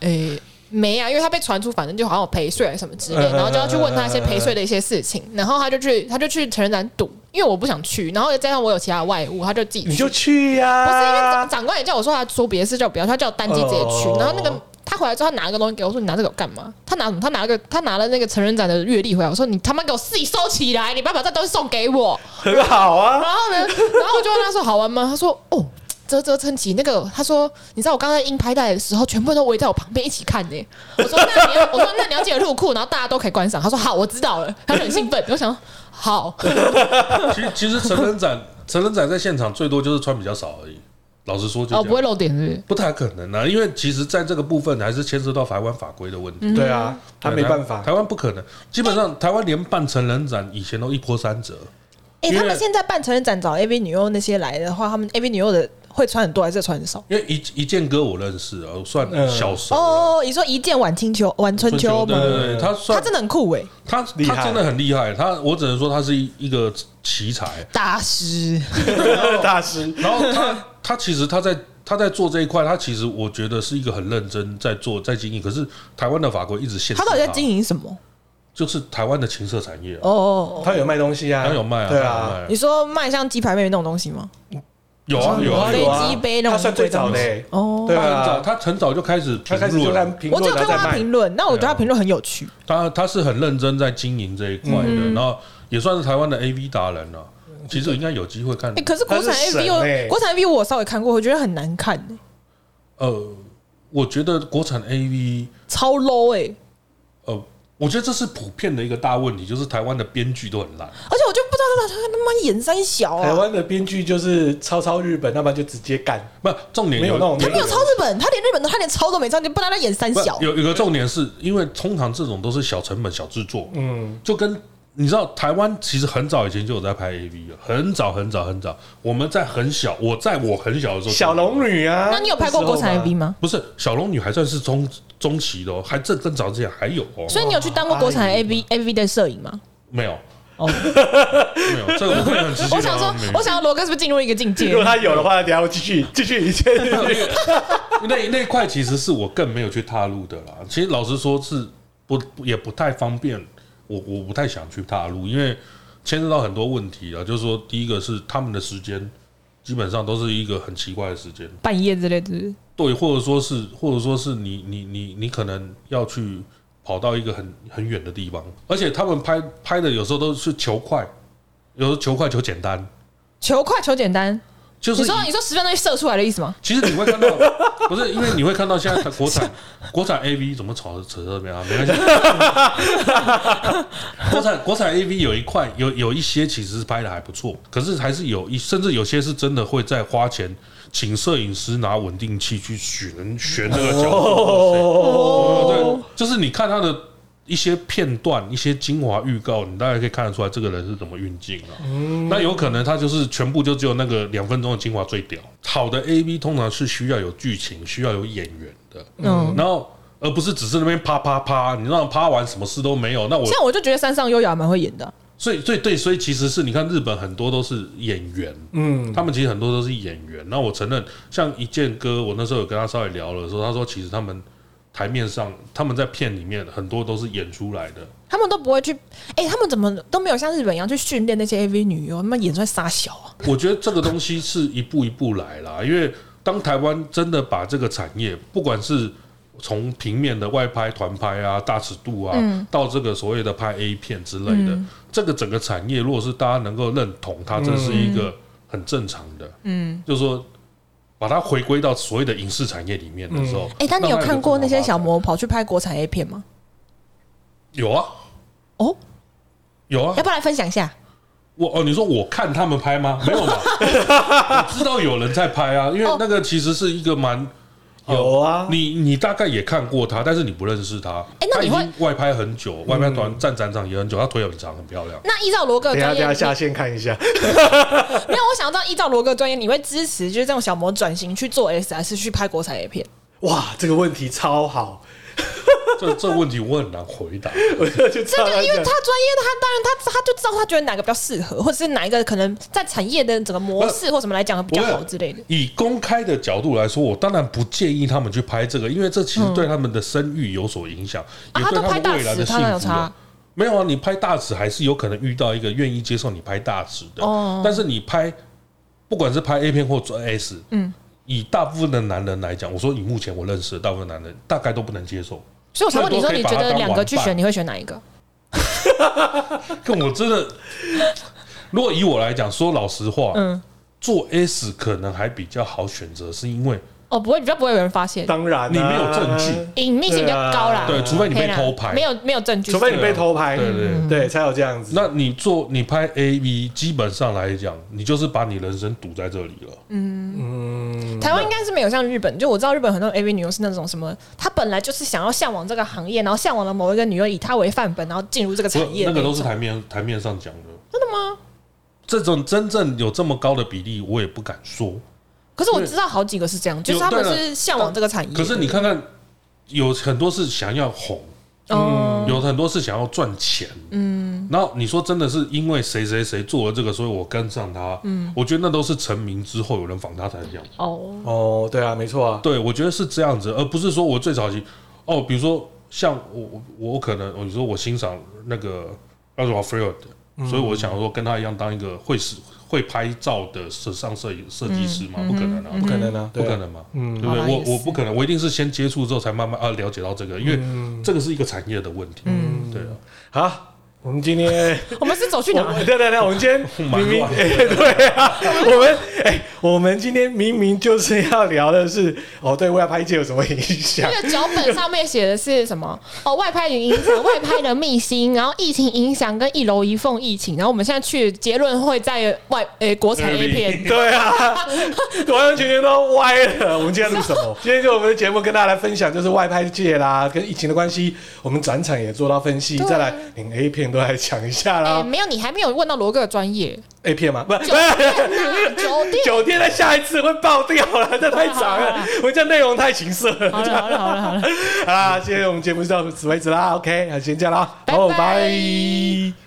S4: 诶、没啊，因为他被传出，反正就好像有陪睡还是什么之类，
S2: 嗯
S4: 然后就要去问他一些陪睡的一些事情，然后他就去他就去成人展赌，因为我不想去，然后再加上我有其他外务，他就自己去。
S2: 你就去啊
S4: 不是因为
S2: 呀、
S4: 长长官也叫我说他说别的事叫我不要去，他叫我单机直接去
S2: 哦，
S4: 然后那个。他回来之后，他拿一个东西给我，我说你拿这个干嘛？他拿什么？他拿了个他拿了那个成人展的月历回来，我说你他妈给我自己收起来，你不要把这东西送给我。
S2: 很好啊。
S4: 然后 呢，然后我就问他说好玩吗？他说哦，啧啧称奇。那个他说，你知道我刚才印拍带的时候，全部都围在我旁边一起看呢、我说那你 要，我说那你要记得入库，然后大家都可以观赏。他说好，我知道了。他就很兴奋，我想好，
S3: 其实其实成人 展，成人展在现场最多就是穿比较少而已。老实说就这
S4: 哦
S3: 样，
S4: 不会露点是不是？
S3: 不太可能啊，因为其实在这个部分还是牵涉到台湾法规的问
S5: 嗯
S3: 题。
S2: 对啊，他没办法
S3: 台，湾不可能。基本上台湾连办成人展以前都一波三折，
S5: 哎、
S3: 因为
S5: 他们现在办成人展找 AV 女优那些来的话，他们 AV 女优的会穿很多还是穿很少？
S3: 因为一一件哥我认识啊，我算
S2: 嗯
S3: 小熟了。
S5: 哦，你说一见晚清秋、晚春秋
S3: 对
S5: 吗？
S3: 对对，他算
S5: 他真的很酷哎、
S3: 他
S2: 厉
S3: 他
S2: 害
S3: 真的很厉害，他我只能说他是一一个奇才。
S5: 大师，
S2: 大师
S3: 然后他他其实他在他在做这一块，他其实我觉得是一个很认真在做在经营，可是台湾的法规一直限制
S5: 他到底在经
S3: 营，
S5: 营什么？
S3: 就是台湾的情色产业啊，
S5: 哦哦哦，
S2: 他有卖东西啊，
S3: 他有卖啊，
S2: 对
S3: 他
S2: 啊，
S5: 你
S3: 有卖啊
S5: 说卖像鸡排妹那种东西吗？
S3: 有啊有啊
S5: 飞
S3: 有啊，
S5: 机杯那种
S2: 他算最早的欸，
S5: 哦
S2: 对
S3: 他很早
S2: 啊，
S3: 他很早就开始
S2: 他开
S3: 评
S2: 始就
S3: 论
S2: 看，评
S5: 我
S2: 论，
S5: 只
S2: 然
S5: 有看过
S2: 后
S5: 他
S2: 再卖
S5: 评论，那我觉得他评论很有趣。
S3: 他他是很认真在经营这一块
S2: 嗯
S3: 的，然后也算是台湾的 AV 达人了。其实应该有机会看
S2: 嗯
S5: 哎、，可是国产
S2: 他是神
S5: AV 我、
S2: 欸
S5: 国产 AV 我稍微看过，我觉得很难看、欸，
S3: 呃，我觉得国产 AV，
S5: 超 low 哎、
S3: 呃，我觉得这是普遍的一个大问题，就是台湾的编剧都很烂。
S5: 而且我就不知道他他他妈演三小
S2: 台
S5: 啊，
S2: 湾的编剧就是抄抄日本，要不然就直接干，
S3: 不，重点
S2: 没有那种
S5: 他没有抄日本，他连日本都他连抄都没抄，你不然他演三
S3: 不
S5: 小。
S3: 有有个重点是因为通常这种都是小成本小制作，
S2: 嗯，
S3: 就跟你知道台湾其实很早以前就有在拍 AV 了，很早很早很早，我们在很小，我在我很小的时候，
S2: 小龙女啊。
S4: 那你有拍过国产 AV
S2: 吗？
S4: 吗？
S3: 不是小龙女还算是中中期的哦，还正更早之前还有哦，
S4: 所以你有去当过国产
S2: 哇
S4: AV AV 的摄影吗？
S3: 没有
S4: 哦，
S3: 没有，这个我会很啊直接
S4: 我
S3: 地
S4: 想
S3: 讲。
S4: 说， 我想罗哥是不是进入一个境界
S2: 如？果他有的话，等一下我继续 继续一切。
S3: 那那一块其实是我更没有去踏入的啦。其实老实说是不也不太方便，我我不太想去踏入，因为牵涉到很多问题啊。就是说，第一个是他们的时间基本上都是一个很奇怪的时间，
S4: 半夜之类的，
S3: 对，或者说是，或者说是你你你你可能要去跑到一个很很远的地方，而且他们拍拍的有时候都是求快，有时候求快求简单，
S4: 求快求简单，
S3: 就是
S4: 你说
S3: 以
S4: 你说十分钟就射出来的意思吗？
S3: 其实你会看到， 不是因为你会看到现在国产国产 A V 怎么吵扯这边啊？没关系， 国产国产 A V 有一块有有一些其实是拍的还不错，可是还是有一甚至有些是真的会在花钱请摄影师拿稳定器去选选那个角度。
S4: 哦
S3: 对，就是你看他的一些片段、一些精华预告，你大概可以看得出来这个人是怎么运镜啊。那有可能他就是全部就只有那个两分钟的精华最屌。好的 A V 通常是需要有剧情、需要有演员的，嗯，然后而不是只是那边啪啪啪，你让他啪完什么事都没有。那我
S4: 像我就觉得山上优雅蛮会演的啊，
S3: 所以所以对，所以其实是你看日本很多都是演员，
S2: 嗯，
S3: 他们其实很多都是演员。那我承认，像一剑哥，我那时候有跟他稍微聊了的时候，他说其实他们台面上他们在片里面很多都是演出来的，
S4: 他们都不会去，哎、他们怎么都没有像日本一样去训练那些 AV 女优，他们演出来傻小啊？
S3: 我觉得这个东西是一步一步来啦，因为当台湾真的把这个产业，不管是从平面的外拍、团拍啊、大尺度啊，
S4: 嗯
S3: 到这个所谓的拍 A 片之类的，这个整个产业，如果是大家能够认同，它这是一
S4: 嗯
S3: 个很正常的，嗯，就是说把它回归到所谓的影视产业里面的时候，
S4: 哎、但你有
S3: 让它一个
S4: 看过那些
S3: 正常
S4: 小
S3: 发展？
S4: 模跑去拍国产 A 片吗？
S3: 有啊，
S4: 哦，
S3: 有啊
S4: 要，不要来分享一下？
S3: 我哦，你说我看他们拍吗？没有吧，我知道有人在拍啊，因为
S6: 哦
S3: 那个其实是一个蛮。
S2: 有
S4: 哦
S2: 啊，
S3: 你你大概也看过他，但是你不认识他。
S6: 哎那你
S3: 他
S6: 会
S3: 已经外拍很久，外拍团站展场也很久，他腿很长，很漂亮。
S4: 那依照罗哥
S2: 等
S4: 的
S2: 一下等
S4: 专
S2: 一
S4: 业，
S2: 下下
S4: 你
S2: 线看一下，
S4: 没有，我想到依照罗哥的专业，你会支持就是这种小模转型去 做 S 还是去拍国产 A 片？
S2: 哇，这个问题超好，
S3: 这这问题我很难回答。
S2: 我就知
S4: 这
S2: 道
S4: 就因为
S2: 讲
S4: 他专业，他当然他他就知道他觉得哪个比较适合，或者是哪一个可能在产业的整个模式或什么来讲比较好之类的。
S3: 以公开的角度来说，我当然不建议他们去拍这个，因为这其实对他们的声誉有所影响，
S4: 嗯啊
S3: 也
S4: 他
S3: 对
S4: 都
S3: 他
S4: 拍
S3: 们
S4: 大
S3: 未来的
S4: 尺，
S3: 幸
S4: 他哪有
S3: 福
S4: 差
S3: 啊。？没有啊，你拍大尺还是有可能遇到一个愿意接受你拍大尺的。
S4: 哦
S3: 但是你拍，不管是拍 A 片或做 S，嗯，以大部分的男人来讲，我说以目前我认识的大部分男人，大概都不能接受。
S4: 所以我才问你说，你觉得两个去
S3: 最多可以把它当玩伴
S4: 选，你会选哪一个？
S3: 但我真的，如果以我来讲，说老实话，
S4: 嗯
S3: 做 S 可能还比较好选择，是因为
S4: 哦，不会，比较不会有人发现，
S2: 当然啊
S3: 你没有证据，
S4: 隐秘性比较高啦。
S3: 对，除非你被
S4: 可以啊啦
S3: 偷拍，
S4: 没有没有证据，
S2: 除非你被偷拍，
S3: 对对
S4: 嗯
S3: 对
S2: 对，才有这样子。
S3: 那你做你拍 A V，基本上来讲，你就是把你人生赌在这里了。
S2: 嗯
S4: 台湾应该是没有像日本，就我知道日本很多 AV 女优是那种什么，她本来就是想要向往这个行业，然后向往了某一个女优，以她为范本，然后进入这个
S3: 不
S4: 产业。
S3: 那个都是
S4: 种
S3: 台面台面上讲的。真的吗？这种真正有这么高的比例，我也不敢说。
S4: 可是我知道好几个是这样，就是他们是向往这个产业。
S3: 啊可是你看看，有很多是想要红，
S4: 哦，
S3: 有很多是想要赚钱，嗯。然后你说真的是因为谁谁谁做了这个，所以我跟上他，嗯。我觉得那都是成名之后有人仿他才这样。
S4: 哦，
S2: 哦，对啊，没错啊，
S3: 对，我觉得是这样子，而不是说我最早期哦，比如说像我我我可能哦你说我欣赏那个 Ralph f r e d
S2: 嗯
S3: 所以我想说跟他一样当一个会是会拍照的时尚摄影设计师嘛，不可能啊，
S4: 嗯
S2: 不可能啊，
S3: 不
S2: 对啊
S3: 可能嘛，
S2: 嗯
S3: 对不对？
S4: 好啦也
S3: 我我
S4: 是
S3: 不可能，我一定是先接触之后才慢慢啊了解到这个，因为
S2: 嗯
S3: 这个是一个产业的问题，嗯，对啊，
S2: 好，我们今天，
S4: 我们是走 去
S2: 我
S4: 哪？
S2: 们对对对，我们今天
S3: 蛮
S2: 明明
S3: 乱的
S2: 哎对啊， 我们哎，我们今天明明就是要聊的是哦，对外拍界有什么影响？
S5: 那个脚本上面写的是什么？哦，外拍影响，外拍的秘辛，然后疫情影响跟一楼一凤疫情，然后我们现在去结论会在外
S4: 呃
S5: 诶、国产 A 片。
S2: 对啊，完完全全都歪了。我们今天录什么？今天就我们的节目跟大家来分享，就是外拍界啦，跟疫情的关系，我们转场也做到分
S5: 啊
S2: 析，再来连 A 片都来讲一下
S5: 哎、
S2: 啦。
S5: 没有，你还没有问到罗哥的专 业。
S2: A 片嘛，不不是，
S5: 酒 店。
S2: 酒店的下一次会爆掉了，这太长了，我们这内容太情色了。
S5: 好了好了好了 好了。
S2: 好啦，今天我们节目就到此为止啦。OK，那先这样啦，
S5: 拜拜
S2: 哦拜